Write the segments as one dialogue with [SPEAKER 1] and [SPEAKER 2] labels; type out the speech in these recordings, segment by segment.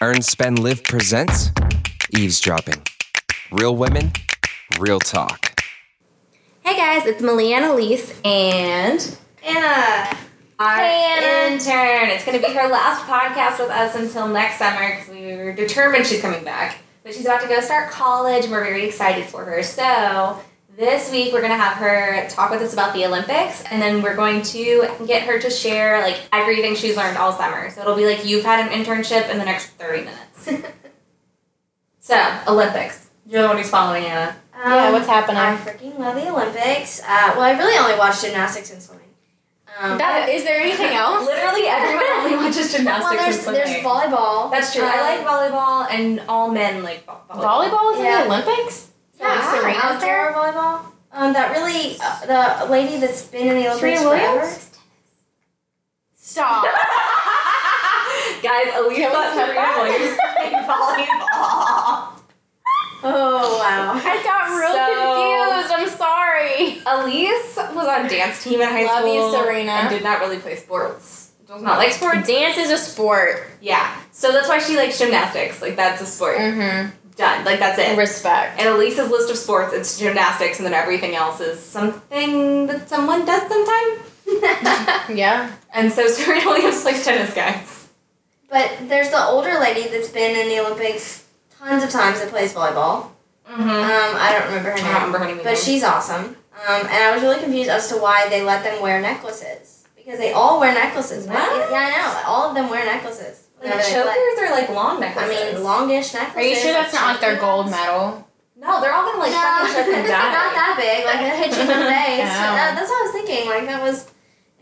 [SPEAKER 1] Earn, Spend, Live presents Eavesdropping. Real women, real talk.
[SPEAKER 2] Hey guys, it's Malia and Elise and Anna. Our
[SPEAKER 3] Hey, Anna.
[SPEAKER 2] intern. It's gonna be her last podcast with us until next summer because we were determined she's coming back. But she's about to go start college and we're very excited for her. So this week we're gonna have her talk with us about the Olympics and then we're going to get her to share like everything she's learned all summer. So it'll be like you've had an internship in the next 30 minutes. so, Olympics. You're the one who's following Anna.
[SPEAKER 3] Um, yeah, what's happening?
[SPEAKER 4] I freaking love the Olympics. Uh, well, I really only watched gymnastics and swimming. Um,
[SPEAKER 3] That- is there anything else?
[SPEAKER 2] Literally everyone only watches gymnastics
[SPEAKER 4] well,
[SPEAKER 2] and
[SPEAKER 4] there's
[SPEAKER 2] swimming.
[SPEAKER 4] there's volleyball.
[SPEAKER 2] That's true. I like volleyball, and all men like vo- volleyball.
[SPEAKER 3] uh, Volleyball is
[SPEAKER 4] Yeah.
[SPEAKER 3] in the Olympics?
[SPEAKER 4] yeah,
[SPEAKER 3] like Serena's
[SPEAKER 4] outdoor
[SPEAKER 3] there?
[SPEAKER 4] volleyball. Um, that really uh, the lady that's been in the Olympics
[SPEAKER 3] Serena Williams?
[SPEAKER 4] forever.
[SPEAKER 3] Stop.
[SPEAKER 2] Guys, Elise
[SPEAKER 3] Can we
[SPEAKER 2] thought
[SPEAKER 3] cut
[SPEAKER 2] Serena
[SPEAKER 3] that?
[SPEAKER 2] Williams played volleyball.
[SPEAKER 4] Oh wow.
[SPEAKER 3] I got real
[SPEAKER 2] So-
[SPEAKER 3] confused. I'm sorry.
[SPEAKER 2] Elise was on dance team in high
[SPEAKER 3] Love
[SPEAKER 2] school.
[SPEAKER 3] you, Serena.
[SPEAKER 2] And did not really play sports. Does not like sports.
[SPEAKER 3] Dance is a sport.
[SPEAKER 2] Yeah. So that's why she likes gymnastics. Like that's a sport.
[SPEAKER 3] Mm-hmm.
[SPEAKER 2] Done. Like that's it.
[SPEAKER 3] Respect.
[SPEAKER 2] And Elise's list of sports, it's gymnastics, and then everything else is something that someone does sometime.
[SPEAKER 3] Yeah.
[SPEAKER 2] And so Serena Williams plays tennis, guys.
[SPEAKER 4] but there's the older lady that's been in the Olympics tons of times that plays volleyball. Um,
[SPEAKER 2] Mm-hmm.
[SPEAKER 4] I don't remember
[SPEAKER 2] I
[SPEAKER 4] her name,
[SPEAKER 2] don't remember her name. either.
[SPEAKER 4] but she's awesome. Um, and I was really confused as to why they let them wear necklaces because they all wear necklaces. right?
[SPEAKER 2] What?
[SPEAKER 4] Yeah, I know. All of them wear necklaces.
[SPEAKER 2] like
[SPEAKER 4] whenever they play.
[SPEAKER 2] chokers or like long
[SPEAKER 4] I
[SPEAKER 2] necklaces.
[SPEAKER 4] mean, longish necklaces.
[SPEAKER 3] Are you sure that's not like their gold medal?
[SPEAKER 2] No, they're all gonna like
[SPEAKER 4] no,
[SPEAKER 2] fucking choke and
[SPEAKER 4] not
[SPEAKER 2] die.
[SPEAKER 4] that big. Like it hit you in the face.
[SPEAKER 3] No.
[SPEAKER 4] That- that's what I was thinking. Like that was,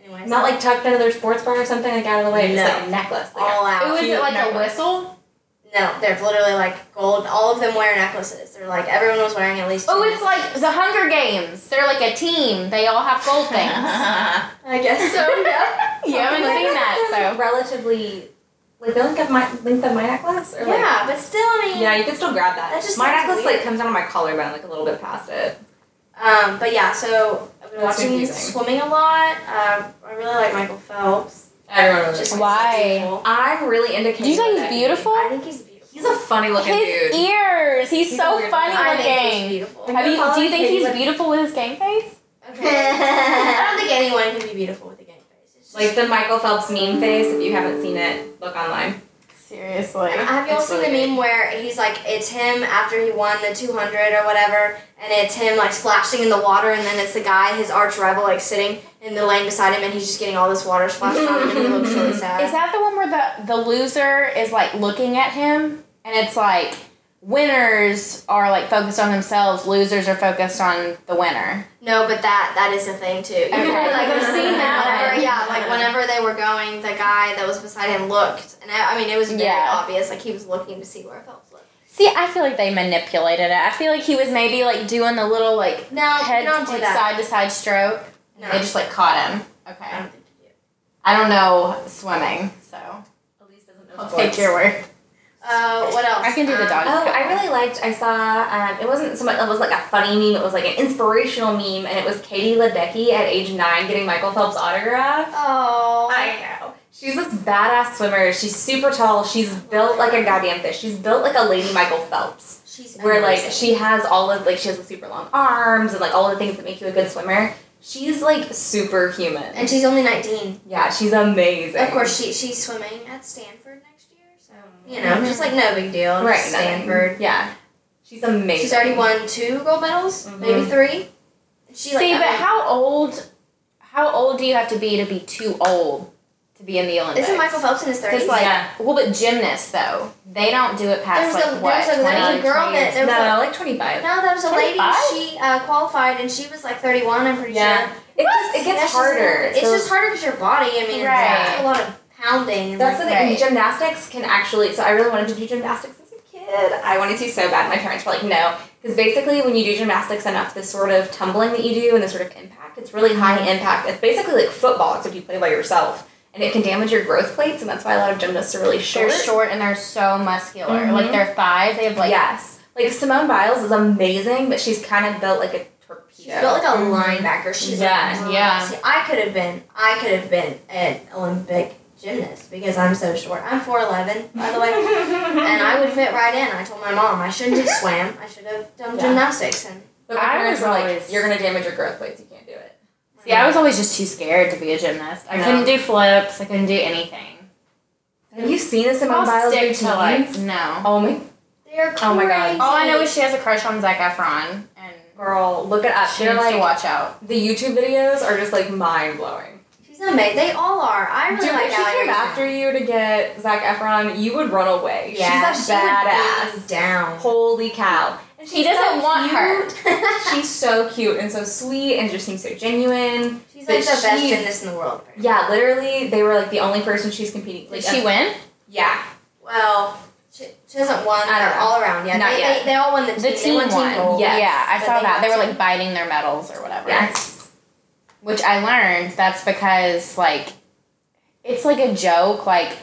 [SPEAKER 4] anyways.
[SPEAKER 2] Not like tucked under their sports bar or something like out of the way. Just
[SPEAKER 4] No.
[SPEAKER 2] like a necklace. Like,
[SPEAKER 4] all out.
[SPEAKER 3] It was
[SPEAKER 2] Cute
[SPEAKER 3] like a
[SPEAKER 2] necklace.
[SPEAKER 3] whistle?
[SPEAKER 4] no, they're literally like gold. All of them wear necklaces. They're like everyone was wearing at least.
[SPEAKER 3] Oh,
[SPEAKER 4] two.
[SPEAKER 3] it's like the Hunger Games. They're like a team. They all have gold things.
[SPEAKER 4] I guess so. Yeah.
[SPEAKER 3] you haven't
[SPEAKER 2] Like,
[SPEAKER 3] seen that,
[SPEAKER 2] they're
[SPEAKER 3] so.
[SPEAKER 2] relatively like they link up my length of my necklace or like
[SPEAKER 4] yeah, but still, I mean.
[SPEAKER 2] yeah, you can still grab that.
[SPEAKER 4] That just
[SPEAKER 2] my
[SPEAKER 4] sounds
[SPEAKER 2] necklace
[SPEAKER 4] weird.
[SPEAKER 2] like comes down to my collarbone like a little bit past it.
[SPEAKER 4] Um, but yeah, so I've been
[SPEAKER 2] That's
[SPEAKER 4] watching
[SPEAKER 2] confusing.
[SPEAKER 4] swimming a lot. Um, I really like Michael Phelps.
[SPEAKER 2] Everyone
[SPEAKER 4] Just
[SPEAKER 2] just
[SPEAKER 4] because
[SPEAKER 3] Why?
[SPEAKER 4] he's cool.
[SPEAKER 2] I'm really into
[SPEAKER 3] Did you
[SPEAKER 2] Kanye
[SPEAKER 3] say
[SPEAKER 2] West.
[SPEAKER 3] he's beautiful?
[SPEAKER 4] I think he's beautiful.
[SPEAKER 2] He's a funny looking
[SPEAKER 3] His e-
[SPEAKER 2] dude.
[SPEAKER 3] ears. He's,
[SPEAKER 2] He's a
[SPEAKER 3] so
[SPEAKER 2] weird
[SPEAKER 3] funny
[SPEAKER 2] guy.
[SPEAKER 4] I think he's
[SPEAKER 3] looking.
[SPEAKER 4] beautiful.
[SPEAKER 3] Have you? Do you think he's
[SPEAKER 2] Like-
[SPEAKER 3] beautiful with his game face?
[SPEAKER 4] Okay. I don't think anyone can be beautiful with a gang face. It's just-
[SPEAKER 2] Like the Michael Phelps meme face, if you haven't seen it, look online.
[SPEAKER 3] Seriously.
[SPEAKER 4] Have y'all
[SPEAKER 2] It's
[SPEAKER 4] seen the
[SPEAKER 2] really-
[SPEAKER 4] meme where he's like, it's him after he won the 200 or whatever, and it's him like splashing in the water, and then it's the guy, his arch rival, like sitting in the lane beside him, and he's just getting all this water splashed on him, and he looks really sad.
[SPEAKER 3] Is that the one where the the loser is like looking at him and it's like winners are like focused on themselves, losers are focused on the winner.
[SPEAKER 4] No, but that that is a thing too. You
[SPEAKER 3] Okay.
[SPEAKER 4] know, like
[SPEAKER 3] I've
[SPEAKER 2] seen that
[SPEAKER 4] Whenever,
[SPEAKER 3] one.
[SPEAKER 4] yeah, like whenever they were going, the guy that was beside him looked, and I, I mean, it was very
[SPEAKER 3] Yeah.
[SPEAKER 4] obvious. Like he was looking to see where Phelps looked.
[SPEAKER 3] See, I feel like they manipulated it. I feel like he was maybe like doing the little like
[SPEAKER 4] No,
[SPEAKER 3] head
[SPEAKER 4] you don't do
[SPEAKER 3] like
[SPEAKER 4] that.
[SPEAKER 3] side to side stroke.
[SPEAKER 4] No,
[SPEAKER 3] They just like caught him.
[SPEAKER 4] I
[SPEAKER 3] Okay.
[SPEAKER 4] don't think you do.
[SPEAKER 3] I don't know swimming, so
[SPEAKER 2] Elise doesn't know
[SPEAKER 3] I'll
[SPEAKER 2] sports.
[SPEAKER 3] take your word.
[SPEAKER 4] Uh, what else?
[SPEAKER 3] I can do the
[SPEAKER 4] Um,
[SPEAKER 3] dog.
[SPEAKER 2] Oh, I really liked. I saw. Um, it wasn't so much. It was like a funny meme. It was like an inspirational meme, and it was Katie Ledecky at age nine getting Michael Phelps' autograph.
[SPEAKER 4] Oh,
[SPEAKER 2] I know. She's this badass swimmer. She's super tall. She's built like a goddamn fish. She's built like a lady Michael Phelps.
[SPEAKER 4] she's
[SPEAKER 2] Where like
[SPEAKER 4] amazing.
[SPEAKER 2] she has all of like she has the super long arms and like all the things that make you a good swimmer. She's like superhuman.
[SPEAKER 4] and she's only nineteen.
[SPEAKER 2] Yeah, she's amazing.
[SPEAKER 4] Of course, she she's swimming at Stanford next year, so you
[SPEAKER 3] Mm-hmm.
[SPEAKER 4] know, just like no big deal.
[SPEAKER 2] Right,
[SPEAKER 4] just Stanford.
[SPEAKER 2] nothing. Yeah, she's amazing.
[SPEAKER 4] She's already won two gold medals, maybe
[SPEAKER 2] Mhm.
[SPEAKER 4] three. She like
[SPEAKER 3] Mm-hmm. See,
[SPEAKER 4] I
[SPEAKER 3] but
[SPEAKER 4] mean,
[SPEAKER 3] how old how old do you have to be to be too old to be in the Olympics?
[SPEAKER 4] Isn't Michael Phelps in his thirties?
[SPEAKER 3] Because like,
[SPEAKER 2] Yeah.
[SPEAKER 3] well, but gymnasts though they don't do it past
[SPEAKER 4] There's
[SPEAKER 3] like
[SPEAKER 4] a-
[SPEAKER 3] what
[SPEAKER 4] there's a- there's a
[SPEAKER 3] 20,
[SPEAKER 4] girl
[SPEAKER 3] 20.
[SPEAKER 4] that-
[SPEAKER 2] no,
[SPEAKER 4] there was a-
[SPEAKER 2] like twenty five.
[SPEAKER 4] No, there was a lady.
[SPEAKER 3] 25?
[SPEAKER 4] She uh, qualified, and she was like 31. I'm pretty
[SPEAKER 2] Yeah.
[SPEAKER 4] sure.
[SPEAKER 2] It just it
[SPEAKER 4] Yeah,
[SPEAKER 2] gets
[SPEAKER 4] she's a
[SPEAKER 2] harder.
[SPEAKER 4] little- It's
[SPEAKER 2] So
[SPEAKER 4] just harder because your body. I mean,
[SPEAKER 3] Right.
[SPEAKER 4] it's a lot of pounding. and,
[SPEAKER 2] that's the
[SPEAKER 4] like,
[SPEAKER 2] thing.
[SPEAKER 3] Right.
[SPEAKER 2] Gymnastics can actually. So I really wanted to do gymnastics as a kid. I wanted to so bad. My parents were like, no, because basically when you do gymnastics enough, this sort of tumbling that you do and the sort of impact, it's really high impact. It's basically like football except you play by yourself, and it can damage your growth plates, and that's why a lot of gymnasts are really
[SPEAKER 3] they're
[SPEAKER 2] short.
[SPEAKER 3] short and they're so muscular.
[SPEAKER 2] Mhm.
[SPEAKER 4] Mm-hmm.
[SPEAKER 3] Like their thighs, they have like
[SPEAKER 2] yes, like Simone Biles is amazing, but she's kind of built like a torpedo. Mm-hmm.
[SPEAKER 4] She's built like a linebacker. She's
[SPEAKER 2] Yeah,
[SPEAKER 4] like,
[SPEAKER 3] yeah.
[SPEAKER 4] See, I could have been. I could have been an Olympic gymnast because I'm so short. I'm 4'11, by the way. and I would fit right in. I told my mom I shouldn't have swam. I should have done
[SPEAKER 3] Yeah.
[SPEAKER 4] gymnastics. And
[SPEAKER 2] But my
[SPEAKER 3] I
[SPEAKER 2] parents
[SPEAKER 3] was
[SPEAKER 2] were like,
[SPEAKER 3] always-
[SPEAKER 2] you're gonna damage your growth plates. You can't do it.
[SPEAKER 3] See, I was always just too scared to be a gymnast. I
[SPEAKER 2] No.
[SPEAKER 3] couldn't do flips. I couldn't do anything.
[SPEAKER 2] Have you seen this in my
[SPEAKER 3] I'll
[SPEAKER 2] bio
[SPEAKER 3] stick to like no.
[SPEAKER 2] Oh my
[SPEAKER 4] They're
[SPEAKER 2] Oh my God.
[SPEAKER 3] All I know is she has a crush on Zac Efron, and
[SPEAKER 2] girl, look it up.
[SPEAKER 3] she
[SPEAKER 2] They're
[SPEAKER 3] needs to
[SPEAKER 2] like
[SPEAKER 3] watch out.
[SPEAKER 2] the YouTube videos are just like mind blowing.
[SPEAKER 4] she's amazing. They all are. I really
[SPEAKER 2] Dude,
[SPEAKER 4] like
[SPEAKER 2] if she
[SPEAKER 4] Valerie
[SPEAKER 2] came
[SPEAKER 4] Zhang.
[SPEAKER 2] after you to get Zach Efron, you would run away.
[SPEAKER 4] Yeah,
[SPEAKER 2] She's
[SPEAKER 4] she
[SPEAKER 2] a
[SPEAKER 4] would
[SPEAKER 2] badass.
[SPEAKER 4] beat me down.
[SPEAKER 2] Holy cow. And
[SPEAKER 3] He
[SPEAKER 2] she's
[SPEAKER 3] doesn't
[SPEAKER 2] so
[SPEAKER 3] want her.
[SPEAKER 2] cute. She's so cute and so sweet and just seems so genuine.
[SPEAKER 4] she's like the
[SPEAKER 2] But
[SPEAKER 4] best
[SPEAKER 2] she's-
[SPEAKER 4] gymnast in the world.
[SPEAKER 2] Yeah, literally, they were like the only person she's competing.
[SPEAKER 3] Did
[SPEAKER 2] Like,
[SPEAKER 3] she win?
[SPEAKER 2] Yeah.
[SPEAKER 4] Well, she, she hasn't won
[SPEAKER 2] I don't
[SPEAKER 4] her
[SPEAKER 2] know.
[SPEAKER 4] all around yet.
[SPEAKER 2] Not
[SPEAKER 4] they,
[SPEAKER 2] yet.
[SPEAKER 4] They, they all won the team.
[SPEAKER 3] The
[SPEAKER 4] they
[SPEAKER 3] team
[SPEAKER 4] won
[SPEAKER 3] won.
[SPEAKER 4] team gold.
[SPEAKER 2] Yes.
[SPEAKER 3] Yeah, I
[SPEAKER 4] But
[SPEAKER 3] saw
[SPEAKER 4] they
[SPEAKER 3] that. They were
[SPEAKER 4] got
[SPEAKER 3] like biting their medals or whatever.
[SPEAKER 2] Yes.
[SPEAKER 3] Which I learned that's because like it's like a joke, like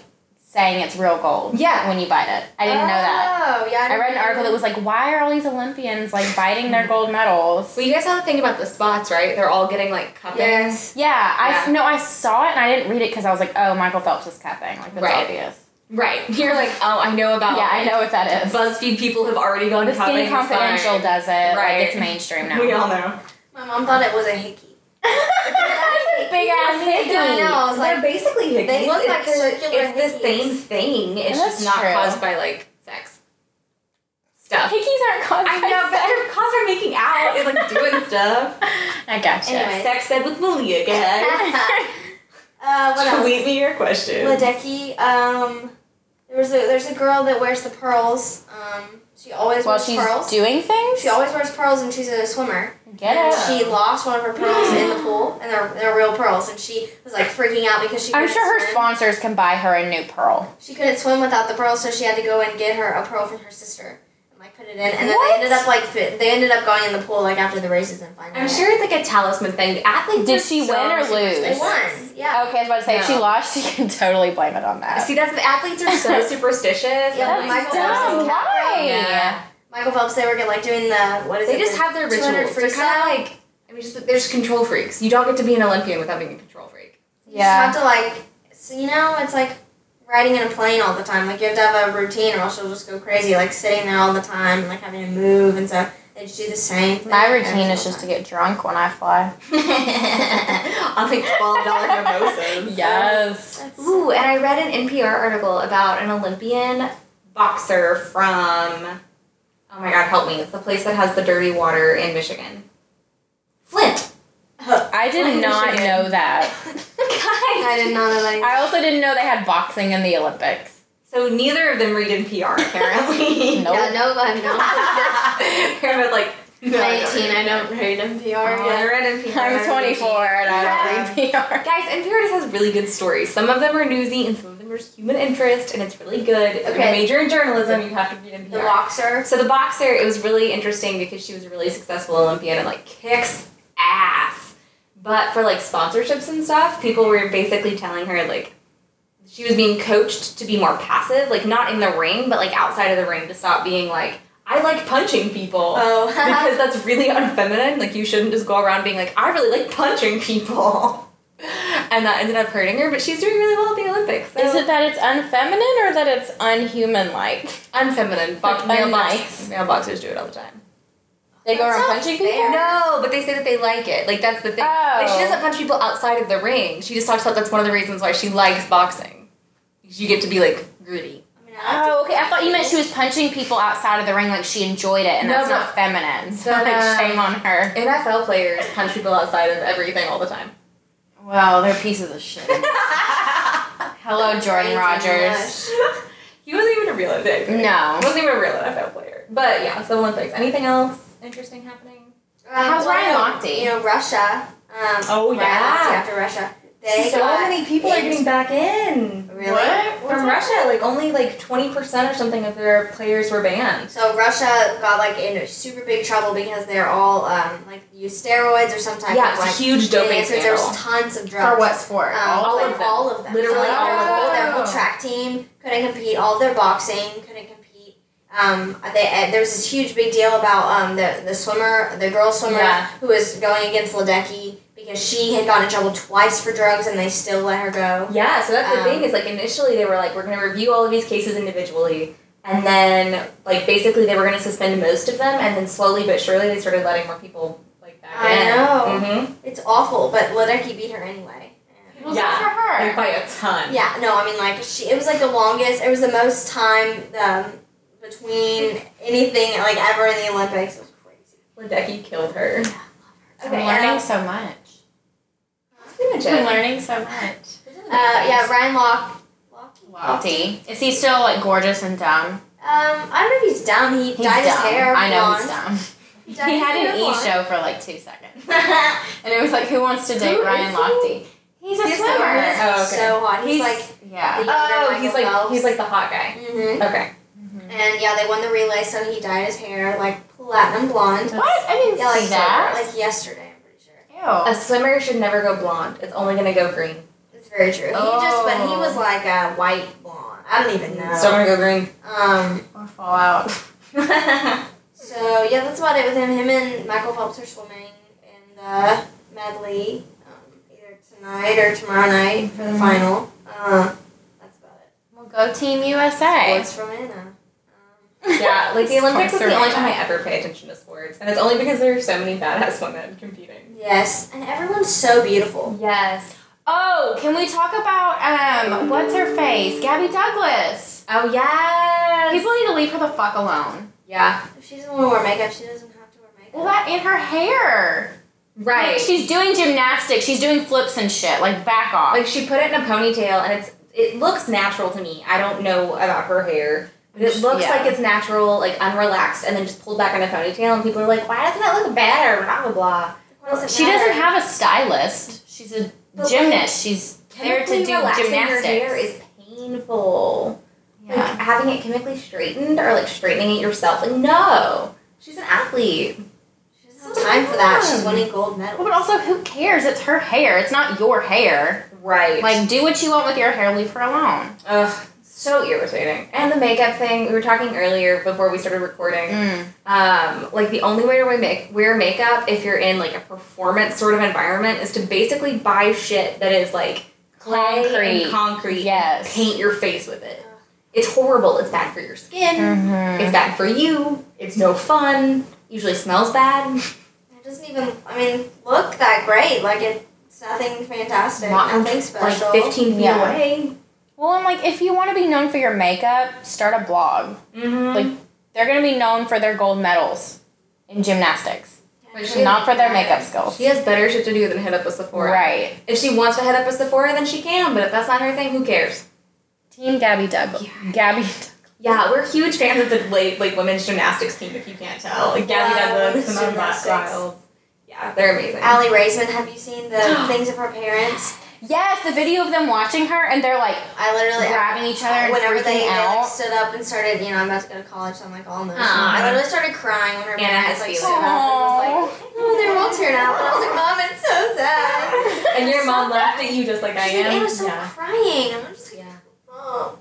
[SPEAKER 3] saying it's real gold.
[SPEAKER 2] Yeah.
[SPEAKER 3] When you bite it. I didn't know
[SPEAKER 2] Ah.
[SPEAKER 3] that.
[SPEAKER 4] Oh, yeah.
[SPEAKER 3] I read an
[SPEAKER 4] didn't
[SPEAKER 3] article
[SPEAKER 4] know.
[SPEAKER 3] that was like, why are all these Olympians like biting their gold medals?
[SPEAKER 2] Well, you guys saw the thing about the spots, right? They're all getting like cupping.
[SPEAKER 4] Yes.
[SPEAKER 3] Yeah, I s-
[SPEAKER 2] Yeah.
[SPEAKER 3] no, I saw it and I didn't read it because I was like, oh, Michael Phelps is cupping. Like that's
[SPEAKER 2] Right.
[SPEAKER 3] obvious.
[SPEAKER 2] Right. You're like, oh, I know about.
[SPEAKER 3] Yeah, I know what that is.
[SPEAKER 2] BuzzFeed people have already gone
[SPEAKER 3] the
[SPEAKER 2] to cupping.
[SPEAKER 3] Skinny
[SPEAKER 2] it's fine.
[SPEAKER 3] Confidential does it.
[SPEAKER 2] Right.
[SPEAKER 3] Like it's mainstream now.
[SPEAKER 2] We all know.
[SPEAKER 4] My mom thought it was a hickey.
[SPEAKER 3] That's a big ass hickey.
[SPEAKER 4] Yeah, I know. I was
[SPEAKER 2] They're
[SPEAKER 4] like,
[SPEAKER 2] basically hickeys.
[SPEAKER 4] they look like
[SPEAKER 2] it's,
[SPEAKER 4] circular
[SPEAKER 2] It's the
[SPEAKER 4] hickeys.
[SPEAKER 2] same thing. It's
[SPEAKER 3] That's
[SPEAKER 2] just not
[SPEAKER 3] true.
[SPEAKER 2] caused by like sex stuff.
[SPEAKER 3] Hickeys aren't caused
[SPEAKER 2] I
[SPEAKER 3] by
[SPEAKER 2] know, but
[SPEAKER 3] sex.
[SPEAKER 2] they're caused by making out and like doing stuff.
[SPEAKER 3] I gotcha.
[SPEAKER 4] Anyway.
[SPEAKER 2] Sex said with Malia, guys.
[SPEAKER 4] uh, what else?
[SPEAKER 2] Tweet me your question.
[SPEAKER 4] Ledecky. Um, there was a there's a girl that wears the pearls. Um, she always
[SPEAKER 3] While
[SPEAKER 4] wears
[SPEAKER 3] she's
[SPEAKER 4] pearls.
[SPEAKER 3] doing things,
[SPEAKER 4] she always wears pearls, and she's a swimmer.
[SPEAKER 3] get
[SPEAKER 4] And
[SPEAKER 3] it.
[SPEAKER 4] she lost one of her pearls in the pool, and they're, they're real pearls. And she was like freaking out because she
[SPEAKER 3] I'm
[SPEAKER 4] couldn't
[SPEAKER 3] sure her
[SPEAKER 4] swim.
[SPEAKER 3] sponsors can buy her a new pearl.
[SPEAKER 4] she couldn't swim without the pearls, so she had to go and get her a pearl from her sister and like put it in. And then
[SPEAKER 3] What?
[SPEAKER 4] they ended up like fit, they ended up going in the pool like after the races and finding.
[SPEAKER 2] I'm
[SPEAKER 4] it.
[SPEAKER 2] sure it's like a talisman thing. Athletes
[SPEAKER 3] Did
[SPEAKER 2] are
[SPEAKER 3] she
[SPEAKER 2] so
[SPEAKER 3] win or
[SPEAKER 2] superstitious.
[SPEAKER 4] they
[SPEAKER 3] lose?
[SPEAKER 4] won. Yeah.
[SPEAKER 3] Okay, I was about to say if she
[SPEAKER 2] No.
[SPEAKER 3] lost, she can totally blame it on that.
[SPEAKER 2] See, that's the athletes are so superstitious.
[SPEAKER 4] Yeah,
[SPEAKER 2] and,
[SPEAKER 4] Michael
[SPEAKER 2] like,
[SPEAKER 3] That's
[SPEAKER 4] Phelps
[SPEAKER 3] dumb.
[SPEAKER 4] is a cat,
[SPEAKER 3] Why?
[SPEAKER 4] right?
[SPEAKER 2] Yeah.
[SPEAKER 4] Michael Phelps, they were like doing the what is
[SPEAKER 2] They
[SPEAKER 4] it?
[SPEAKER 2] just
[SPEAKER 4] the
[SPEAKER 2] have their
[SPEAKER 4] 200
[SPEAKER 2] rituals. They're
[SPEAKER 4] freestyle?
[SPEAKER 2] kind of like, I mean, just there's control freaks. You don't get to be an Olympian without being a control freak.
[SPEAKER 4] You
[SPEAKER 3] Yeah.
[SPEAKER 4] just have to like, so, you know, it's like riding in a plane all the time. Like you have to have a routine, or else you'll just go crazy. Like sitting there all the time, and, like having to move and stuff. They just do the same. Thing
[SPEAKER 3] My routine is just to get drunk when I fly.
[SPEAKER 2] On like twelve dollar mimosas.
[SPEAKER 3] Yes.
[SPEAKER 2] Ooh, and I read an NPR article about an Olympian boxer from. Oh my God, help me! It's the place that has the dirty water in Michigan. Flint.
[SPEAKER 3] I did
[SPEAKER 2] Why
[SPEAKER 3] not
[SPEAKER 2] did she-
[SPEAKER 3] know that.
[SPEAKER 4] I did
[SPEAKER 2] Guys.
[SPEAKER 4] not know that.
[SPEAKER 3] I also didn't know they had boxing in the Olympics.
[SPEAKER 2] So neither of them read NPR apparently.
[SPEAKER 3] Nope.
[SPEAKER 4] Yeah, no, I'm not.
[SPEAKER 2] Karen was like, no, I don't read
[SPEAKER 4] 18. I don't read NPR.
[SPEAKER 2] Oh, I
[SPEAKER 4] yet.
[SPEAKER 2] read NPR.
[SPEAKER 3] I'm 24 and I don't read PR.
[SPEAKER 2] Guys, NPR just has really good stories. Some of them are newsy and some of them are just human interest, and it's really good. If you're
[SPEAKER 4] Okay.
[SPEAKER 2] a major in journalism, you have to read NPR.
[SPEAKER 4] The boxer.
[SPEAKER 2] So the boxer, it was really interesting because she was a really successful Olympian and like kicks ass. But for like sponsorships and stuff, people were basically telling her like she was being coached to be more passive, like not in the ring, but like outside of the ring to stop being like, I like punching people.
[SPEAKER 4] Oh.
[SPEAKER 2] because that's really unfeminine. Like you shouldn't just go around being like, I really like punching people. And that ended up hurting her, but she's doing really well at the Olympics. So
[SPEAKER 3] Is it that it's unfeminine or that it's unhuman like?
[SPEAKER 2] unfeminine? Bo-
[SPEAKER 3] Like,
[SPEAKER 2] male,
[SPEAKER 3] unnice.
[SPEAKER 2] box- male boxers do it all the time.
[SPEAKER 3] They go
[SPEAKER 4] That's
[SPEAKER 3] around
[SPEAKER 4] not
[SPEAKER 3] punching
[SPEAKER 4] fair.
[SPEAKER 3] people?
[SPEAKER 2] No, but they say that they like it. Like that's the thing.
[SPEAKER 3] Oh.
[SPEAKER 2] Like, she doesn't punch people outside of the ring. She just talks about that's one of the reasons why she likes boxing. You get to be like gritty.
[SPEAKER 4] I mean, I
[SPEAKER 3] Oh, okay. I thought you meant she was punching people outside of the ring like she enjoyed it, and
[SPEAKER 2] No,
[SPEAKER 3] that's
[SPEAKER 2] but-
[SPEAKER 3] not feminine. So,
[SPEAKER 2] but,
[SPEAKER 3] like,
[SPEAKER 2] uh,
[SPEAKER 3] shame on her.
[SPEAKER 2] NFL players punch people outside of everything all the time.
[SPEAKER 3] Wow, they're pieces of shit. Hello, Jordan Rogers.
[SPEAKER 2] he wasn't even a real NFL. player.
[SPEAKER 3] No.
[SPEAKER 2] He wasn't even a real NFL player. But yeah, so Olympics. Anything else interesting happening?
[SPEAKER 4] Um,
[SPEAKER 3] How's Ryan
[SPEAKER 4] well,
[SPEAKER 3] Lochte?
[SPEAKER 4] You know, Russia. Um,
[SPEAKER 2] Oh,
[SPEAKER 4] Ryan
[SPEAKER 2] yeah.
[SPEAKER 4] Lochte after Russia. They
[SPEAKER 2] so
[SPEAKER 4] got
[SPEAKER 2] many people are
[SPEAKER 4] eight-
[SPEAKER 2] getting back in.
[SPEAKER 4] Really?
[SPEAKER 3] What's
[SPEAKER 2] From
[SPEAKER 3] that?
[SPEAKER 2] Russia, like only like twenty percent or something of their players were banned.
[SPEAKER 4] So Russia got like in super big trouble because they're all um, like use steroids or some type
[SPEAKER 2] Yeah,
[SPEAKER 4] of
[SPEAKER 2] it's a
[SPEAKER 4] like
[SPEAKER 2] huge doping
[SPEAKER 4] thing. So there's
[SPEAKER 2] scandal.
[SPEAKER 4] tons of drugs.
[SPEAKER 3] For what sport?
[SPEAKER 4] Um,
[SPEAKER 2] All of
[SPEAKER 4] like
[SPEAKER 2] them.
[SPEAKER 4] all of them.
[SPEAKER 2] Literally
[SPEAKER 4] so, like,
[SPEAKER 2] all
[SPEAKER 4] their
[SPEAKER 2] of
[SPEAKER 4] whole,
[SPEAKER 2] them.
[SPEAKER 4] Their whole track team couldn't compete. All their boxing couldn't compete. Um, they, uh, there was this huge big deal about um, the the swimmer, the girl swimmer
[SPEAKER 2] Yeah.
[SPEAKER 4] who was going against Ledecky because because she had gotten in trouble twice for drugs and they still let her go.
[SPEAKER 2] Yeah, so that's the
[SPEAKER 4] Um,
[SPEAKER 2] thing is like initially they were like, we're going to review all of these cases individually. And then, like, basically they were going to suspend most of them. And then slowly but surely they started letting more people, like, back
[SPEAKER 4] I
[SPEAKER 2] in.
[SPEAKER 4] know.
[SPEAKER 2] Mm-hmm.
[SPEAKER 4] It's awful, but Ledecky beat her anyway.
[SPEAKER 3] Well, good
[SPEAKER 2] Yeah.
[SPEAKER 3] for her.
[SPEAKER 2] by a ton.
[SPEAKER 4] Yeah, no, I mean like she. It was like the longest. It was the most time um, between anything like ever in the Olympics. It was crazy.
[SPEAKER 2] Ledecky killed her.
[SPEAKER 4] Okay,
[SPEAKER 3] I'm learning
[SPEAKER 4] um,
[SPEAKER 3] so much.
[SPEAKER 2] That's pretty much
[SPEAKER 3] I'm
[SPEAKER 2] it.
[SPEAKER 3] learning so much.
[SPEAKER 4] Uh, yeah, Ryan Locke. Locke.
[SPEAKER 3] Lofty. Is he still like gorgeous and dumb?
[SPEAKER 4] Um, I don't know if he's dumb. He
[SPEAKER 3] He's
[SPEAKER 4] dyed
[SPEAKER 3] dumb.
[SPEAKER 4] his hair.
[SPEAKER 3] I know he's
[SPEAKER 4] blonde.
[SPEAKER 3] dumb.
[SPEAKER 4] He, dyed
[SPEAKER 3] He
[SPEAKER 4] his
[SPEAKER 3] had
[SPEAKER 4] hair
[SPEAKER 3] an E
[SPEAKER 4] blonde.
[SPEAKER 3] show for like two seconds, and it was like, "Who wants to date
[SPEAKER 2] Who
[SPEAKER 3] Ryan
[SPEAKER 2] is
[SPEAKER 3] Lochte?" He's a
[SPEAKER 4] He's so,
[SPEAKER 3] swimmer.
[SPEAKER 2] Oh, okay.
[SPEAKER 4] so hot. He's,
[SPEAKER 3] He's-
[SPEAKER 4] like.
[SPEAKER 3] yeah.
[SPEAKER 4] the
[SPEAKER 2] Oh,
[SPEAKER 4] younger
[SPEAKER 2] he's
[SPEAKER 4] Michael
[SPEAKER 2] like
[SPEAKER 4] Phelps.
[SPEAKER 2] he's like the hot guy.
[SPEAKER 3] Mm-hmm.
[SPEAKER 4] hmm
[SPEAKER 2] Okay.
[SPEAKER 4] And yeah, they won the relay, so he dyed his hair like platinum blonde.
[SPEAKER 3] What? I didn't
[SPEAKER 4] Yeah, like
[SPEAKER 3] Oh, see that.
[SPEAKER 4] like yesterday. I'm pretty sure.
[SPEAKER 2] A
[SPEAKER 3] Ew.
[SPEAKER 2] swimmer should never go blonde. It's only gonna go green.
[SPEAKER 4] It's very true. He just, but he
[SPEAKER 3] Oh.
[SPEAKER 4] was like a white blonde. I don't even know.
[SPEAKER 2] So I'm gonna go green.
[SPEAKER 4] Um.
[SPEAKER 3] Or fallout.
[SPEAKER 4] So yeah, that's about it with him. Him and Michael Phelps are swimming in the medley, um, either tonight or tomorrow night for the
[SPEAKER 3] Mhm.
[SPEAKER 4] final. Uh, that's about it.
[SPEAKER 3] Well, go Team USA.
[SPEAKER 4] Sports from Anna. Um,
[SPEAKER 2] yeah, like the Olympics is the
[SPEAKER 3] Sorry.
[SPEAKER 2] only time I ever pay attention to sports, and it's only because there are so many badass women competing.
[SPEAKER 4] yes, and everyone's so beautiful.
[SPEAKER 2] Yes.
[SPEAKER 3] Oh, can we talk about um what's her face? Gabby Douglas.
[SPEAKER 2] Oh yes.
[SPEAKER 3] People need to leave her the fuck alone.
[SPEAKER 2] yeah.
[SPEAKER 4] If she doesn't want to wear makeup, she doesn't have to wear makeup.
[SPEAKER 3] Well, that and her hair.
[SPEAKER 2] Right.
[SPEAKER 3] Like, she's doing gymnastics. She's doing flips and shit. Like back off.
[SPEAKER 2] like she put it in a ponytail, and it's it looks natural to me. I don't know about her hair. But it looks
[SPEAKER 3] Yeah.
[SPEAKER 2] like it's natural, like unrelaxed, and then just pulled back in a ponytail, and people are like, "Why doesn't it look better?" Blah blah blah.
[SPEAKER 4] What does it
[SPEAKER 3] she
[SPEAKER 4] matter?
[SPEAKER 3] doesn't have a stylist. She's a
[SPEAKER 2] But,
[SPEAKER 3] gymnast. She's there to do
[SPEAKER 2] Chemically relaxing
[SPEAKER 3] gymnastics.
[SPEAKER 2] Your hair is painful.
[SPEAKER 3] yeah.
[SPEAKER 2] Like having it chemically straightened or like straightening it yourself. Like, no. She's an athlete.
[SPEAKER 4] She doesn't have time for that. She's
[SPEAKER 2] dumb.
[SPEAKER 4] winning gold
[SPEAKER 3] Well,
[SPEAKER 4] medals.
[SPEAKER 3] but also, who cares? It's her hair. It's not your hair.
[SPEAKER 2] Right. Like,
[SPEAKER 3] Like, do what you want with your hair. Leave her alone.
[SPEAKER 2] ugh, so irritating. And the makeup thing, we were talking earlier before we started recording.
[SPEAKER 3] Mm.
[SPEAKER 2] Um, like the only way to wear, make- wear makeup if you're in like a performance sort of environment is to basically buy shit that is like clay
[SPEAKER 3] Concrete.
[SPEAKER 2] and concrete.
[SPEAKER 3] Yes.
[SPEAKER 2] Paint your face with it. It's horrible. It's bad for your skin.
[SPEAKER 3] Mm-hmm.
[SPEAKER 2] It's bad for you. It's no fun. Usually smells bad.
[SPEAKER 4] It doesn't even, I mean, look that great. Like, it's nothing fantastic.
[SPEAKER 2] Not from,
[SPEAKER 4] nothing
[SPEAKER 2] Like
[SPEAKER 4] special.
[SPEAKER 2] 15 feet
[SPEAKER 3] Yeah.
[SPEAKER 2] away.
[SPEAKER 3] Well, and like, if you want to be known for your makeup, start a blog.
[SPEAKER 2] Mm-hmm.
[SPEAKER 3] Like, They're gonna be known for their gold medals in gymnastics,
[SPEAKER 2] Like, she-
[SPEAKER 3] not for their makeup skills.
[SPEAKER 2] she has better shit to do than hit up a Sephora.
[SPEAKER 3] Right.
[SPEAKER 2] If she wants to hit up a Sephora, then she can. But if that's not her thing, who cares?
[SPEAKER 3] Team Gabby Douglas. Gabby.
[SPEAKER 2] Yeah, we're huge fans of the late like women's gymnastics team. If you can't tell, like Gabby
[SPEAKER 4] Love
[SPEAKER 2] Douglas,
[SPEAKER 4] women's
[SPEAKER 2] Simone
[SPEAKER 4] gymnastics.
[SPEAKER 2] Biles. Yeah, they're amazing.
[SPEAKER 4] Allie Raisman, have you seen the things of her parents?
[SPEAKER 3] Yes, the video of them watching her and they're like
[SPEAKER 4] I literally.
[SPEAKER 3] grabbing each other and
[SPEAKER 4] Whenever
[SPEAKER 3] freaking
[SPEAKER 4] they, they, like,
[SPEAKER 3] out.
[SPEAKER 4] stood up and started, you know, I'm about to go to college, so I'm like all emotional.
[SPEAKER 2] Aw.
[SPEAKER 4] I literally started crying when her
[SPEAKER 2] Anna has
[SPEAKER 4] parents like
[SPEAKER 2] feelings.
[SPEAKER 4] stood up and was like, oh, they're all tearing out. And I was like, mom, it's so sad.
[SPEAKER 2] and your mom laughed at you just like I
[SPEAKER 4] She's
[SPEAKER 2] am.
[SPEAKER 4] like, Anna's so
[SPEAKER 2] yeah.
[SPEAKER 4] crying. And I'm just like, mom.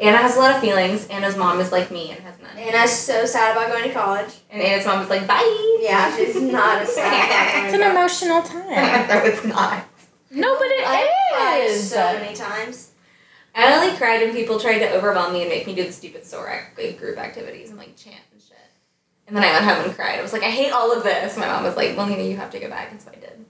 [SPEAKER 2] Anna has a lot of feelings. Anna's mom is like me and has none.
[SPEAKER 4] Anna's so sad about going to college.
[SPEAKER 2] And Anna's mom is like, bye.
[SPEAKER 4] Yeah, she's not as sad.
[SPEAKER 3] It's an emotional time.
[SPEAKER 2] no, it's not.
[SPEAKER 3] no, but
[SPEAKER 4] I've
[SPEAKER 3] it is.
[SPEAKER 4] cried so many times.
[SPEAKER 2] I only cried when people tried to overwhelm me and make me do the stupid Sorek like, group activities and like chant and shit. And then I went home and cried. I was like, I hate all of this. My mom was like, Well, Nina, you have to go back. And so I did.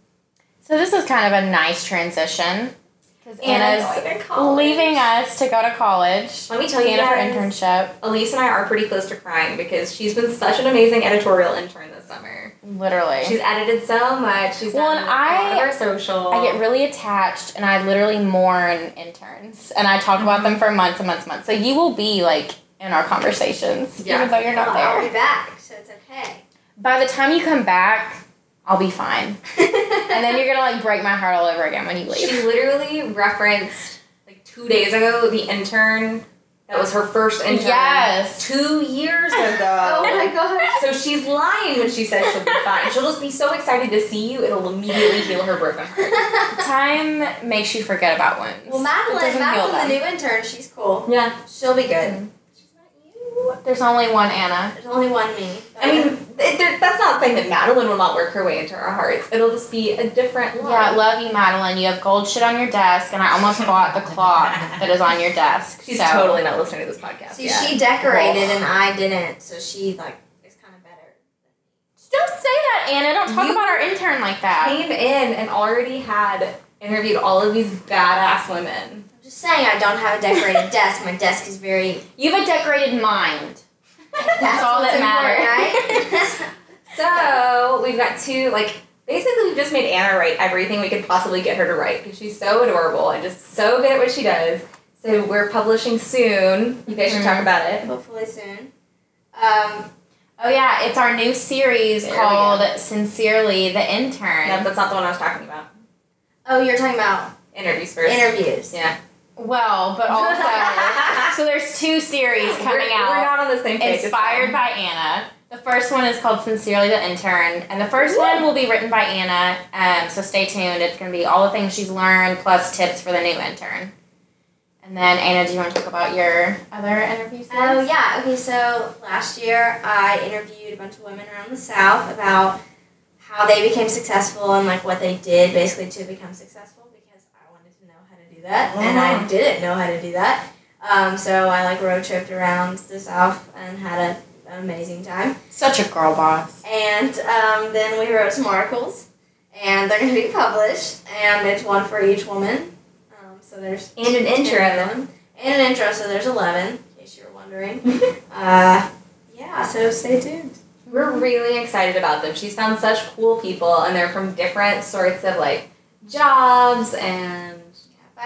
[SPEAKER 3] So this is kind of a nice transition because Anna's
[SPEAKER 2] going to college.
[SPEAKER 3] leaving us to go to college.
[SPEAKER 2] Let me tell you,
[SPEAKER 3] Anna for
[SPEAKER 2] guys,
[SPEAKER 3] internship.
[SPEAKER 2] Elise and I are pretty close to crying because she's been such an amazing editorial intern this summer.
[SPEAKER 3] Literally.
[SPEAKER 2] She's edited so much. She's
[SPEAKER 3] Well,
[SPEAKER 2] done
[SPEAKER 3] and
[SPEAKER 2] a lot of
[SPEAKER 3] I-
[SPEAKER 2] our social.
[SPEAKER 3] I get really attached and I literally mourn interns and I talk about them for months and months and months. So you will be like in our conversations,
[SPEAKER 2] Yeah.
[SPEAKER 3] even though you're not
[SPEAKER 4] Well, I'll
[SPEAKER 3] there.
[SPEAKER 4] be back, so it's okay.
[SPEAKER 3] By the time you come back, I'll be fine. And then you're gonna like break my heart all over again when you
[SPEAKER 2] She
[SPEAKER 3] leave.
[SPEAKER 2] literally referenced like two days ago the intern that was her first intern.
[SPEAKER 3] Yes.
[SPEAKER 2] Two years ago.
[SPEAKER 4] oh my gosh.
[SPEAKER 2] So she's lying when she says she'll be fine. She'll just be so excited to see you, it'll immediately heal her broken heart.
[SPEAKER 3] Time makes you forget about wounds.
[SPEAKER 4] Well,
[SPEAKER 3] It
[SPEAKER 4] Madeline,
[SPEAKER 3] doesn't heal
[SPEAKER 4] Madeline,
[SPEAKER 3] them.
[SPEAKER 4] the new intern, she's cool.
[SPEAKER 2] Yeah.
[SPEAKER 4] She'll be good.
[SPEAKER 3] There's only one Anna.
[SPEAKER 4] There's only one me.
[SPEAKER 2] I mean, it- there- that's not saying that Madeline will not work her way into our hearts. It'll just be a different
[SPEAKER 3] Yeah,
[SPEAKER 2] love.
[SPEAKER 3] love you, Madeline. You have gold shit on your desk, and I almost bought the clock that is on your desk.
[SPEAKER 2] She's
[SPEAKER 3] so.
[SPEAKER 2] totally not listening to this podcast.
[SPEAKER 4] See,
[SPEAKER 2] yet.
[SPEAKER 4] she decorated and I didn't, so she like is kind of better.
[SPEAKER 3] Don't say that, Anna. Don't talk
[SPEAKER 2] You-
[SPEAKER 3] about our intern like that.
[SPEAKER 2] came in and already had interviewed all of these badass women.
[SPEAKER 4] I'm just saying I don't have a decorated desk. My desk is very.
[SPEAKER 3] You have a decorated mind.
[SPEAKER 4] That's
[SPEAKER 3] all
[SPEAKER 4] what's
[SPEAKER 3] that
[SPEAKER 4] important, right?
[SPEAKER 2] So we've got two like basically we've just made Anna write everything we could possibly get her to write because she's so adorable and just so good at what she does. So we're publishing soon. You guys should
[SPEAKER 3] Mm-hmm.
[SPEAKER 2] talk about it.
[SPEAKER 4] Hopefully soon. Um,
[SPEAKER 3] Oh yeah, it's our new series
[SPEAKER 2] There we
[SPEAKER 3] called "Sincerely the Intern."
[SPEAKER 2] No, that's not the one I was talking about.
[SPEAKER 4] oh, you're talking about
[SPEAKER 2] Interviews first.
[SPEAKER 4] interviews.
[SPEAKER 2] Yeah.
[SPEAKER 3] Well, but also, so there's two series
[SPEAKER 2] we're,
[SPEAKER 3] coming
[SPEAKER 2] We're
[SPEAKER 3] out
[SPEAKER 2] not on the same page. it's
[SPEAKER 3] inspired
[SPEAKER 2] fine.
[SPEAKER 3] by Anna. The first one is called "Sincerely the Intern," and the first
[SPEAKER 2] Woo!
[SPEAKER 3] one will be written by Anna. Um, so stay tuned. It's going to be all the things she's learned plus tips for the new intern. And then Anna, do you want to talk about your other interview?
[SPEAKER 4] Oh
[SPEAKER 2] Um,
[SPEAKER 3] series?
[SPEAKER 4] yeah. Okay. So last year I interviewed a bunch of women around the South about how they became successful and like what they did basically to become successful because I wanted to know how to do that and I didn't know how to do that. Um, so I like road tripped around the South and had a, an amazing time.
[SPEAKER 3] Such a girl boss.
[SPEAKER 4] And um, then we wrote some articles and they're going to be published and it's one for each woman. Um, so there's
[SPEAKER 2] And an intro.
[SPEAKER 4] ten of them. And an intro, so there's 11, in case you were wondering. uh, yeah, so stay tuned.
[SPEAKER 2] We're really excited about them. She's found such cool people, and they're from different sorts of like jobs, and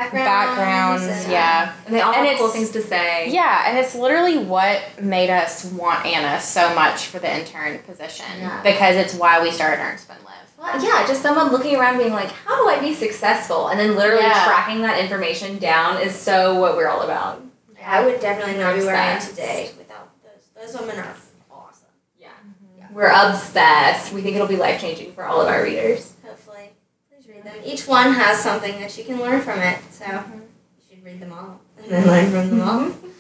[SPEAKER 4] Backgrounds.
[SPEAKER 3] Backgrounds,
[SPEAKER 4] and-
[SPEAKER 3] yeah.
[SPEAKER 2] and they all
[SPEAKER 3] And
[SPEAKER 2] have cool
[SPEAKER 3] it's-
[SPEAKER 2] things to say.
[SPEAKER 3] Yeah, and it's literally what made us want Anna so much for the intern position
[SPEAKER 2] Yeah.
[SPEAKER 3] because it's why we started Earn Spin Live.
[SPEAKER 2] Well, yeah, just someone looking around being like, "How do I be successful?" And then literally
[SPEAKER 3] Yeah.
[SPEAKER 2] tracking that information down is so what we're all about.
[SPEAKER 4] I would definitely not be where I am
[SPEAKER 2] Obsessed.
[SPEAKER 4] today without those. Those women are awesome.
[SPEAKER 2] Yeah, we're obsessed. We think it'll be life changing for all of our readers.
[SPEAKER 4] Hopefully. Please read them. Each one has something that you can learn from it, so you should read them all and then learn from them
[SPEAKER 3] Mm-hmm.
[SPEAKER 4] all.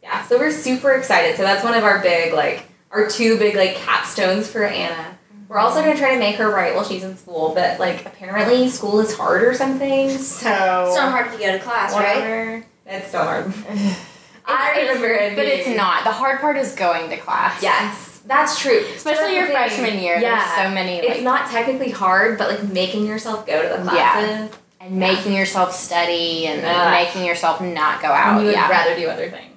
[SPEAKER 2] Yeah, so we're super excited. So that's one of our big, like, our two big, like, capstones for Anna. We're also gonna try to make her write while she's in school, but like apparently school is hard or something. So
[SPEAKER 4] It's not hard if you go to class, right?
[SPEAKER 2] whatever. It's so hard. I remember it.
[SPEAKER 3] But it's
[SPEAKER 2] being-
[SPEAKER 3] not. The hard part is going to class.
[SPEAKER 2] Yes, that's true. So that's
[SPEAKER 3] Especially your
[SPEAKER 2] the thing.
[SPEAKER 3] freshman year.
[SPEAKER 2] Yeah.
[SPEAKER 3] There's so many like
[SPEAKER 2] it's not technically hard, but like making yourself go to the
[SPEAKER 3] Yeah.
[SPEAKER 2] classes,
[SPEAKER 3] and making yourself study and
[SPEAKER 2] Ugh.
[SPEAKER 3] making yourself not go
[SPEAKER 4] Oh,
[SPEAKER 3] out.
[SPEAKER 2] you would
[SPEAKER 3] yeah.
[SPEAKER 2] rather do other things.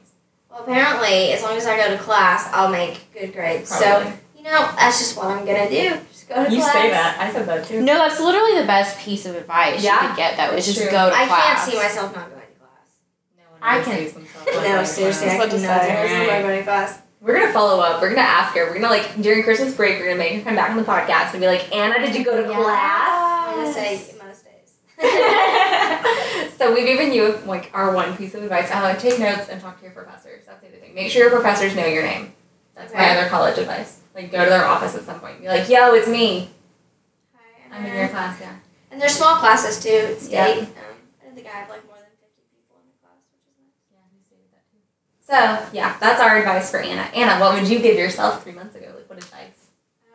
[SPEAKER 4] Well, apparently, as long as I go to class, I'll make good grades.
[SPEAKER 2] Probably.
[SPEAKER 4] So, you know, that's just what I'm gonna do. Just go to class.
[SPEAKER 2] I said that too.
[SPEAKER 3] no, that's literally the best piece of advice you
[SPEAKER 2] Yeah.
[SPEAKER 3] could get though, is
[SPEAKER 2] It's
[SPEAKER 3] just
[SPEAKER 2] true.
[SPEAKER 3] go to
[SPEAKER 4] I
[SPEAKER 3] class.
[SPEAKER 4] can't see myself not going to class.
[SPEAKER 3] I can-
[SPEAKER 4] No, seriously, I
[SPEAKER 3] That's
[SPEAKER 4] cannot see
[SPEAKER 3] what I decided.
[SPEAKER 4] myself not going to class.
[SPEAKER 2] We're gonna follow up. We're gonna ask her. We're gonna like during Christmas break. We're gonna make her come back on the podcast and be like, Anna, did you go to
[SPEAKER 3] Yes.
[SPEAKER 4] I'm gonna say most days.
[SPEAKER 2] class? so we've given you like our one piece of advice. Oh, take notes and talk to your professors. That's the other thing. Make sure your professors know your name. That's my
[SPEAKER 4] Okay.
[SPEAKER 2] other college advice. Like go to their office at some point. And be like, Yo, it's me. I'm in your class. Yeah.
[SPEAKER 4] um, And they're small classes too. It's
[SPEAKER 2] Yeah.
[SPEAKER 4] state. Um, I don't think I have like more than fifty people in the class, which is nice.
[SPEAKER 2] So yeah, that's our advice for Anna. Anna, what would you give yourself three months ago? Like what advice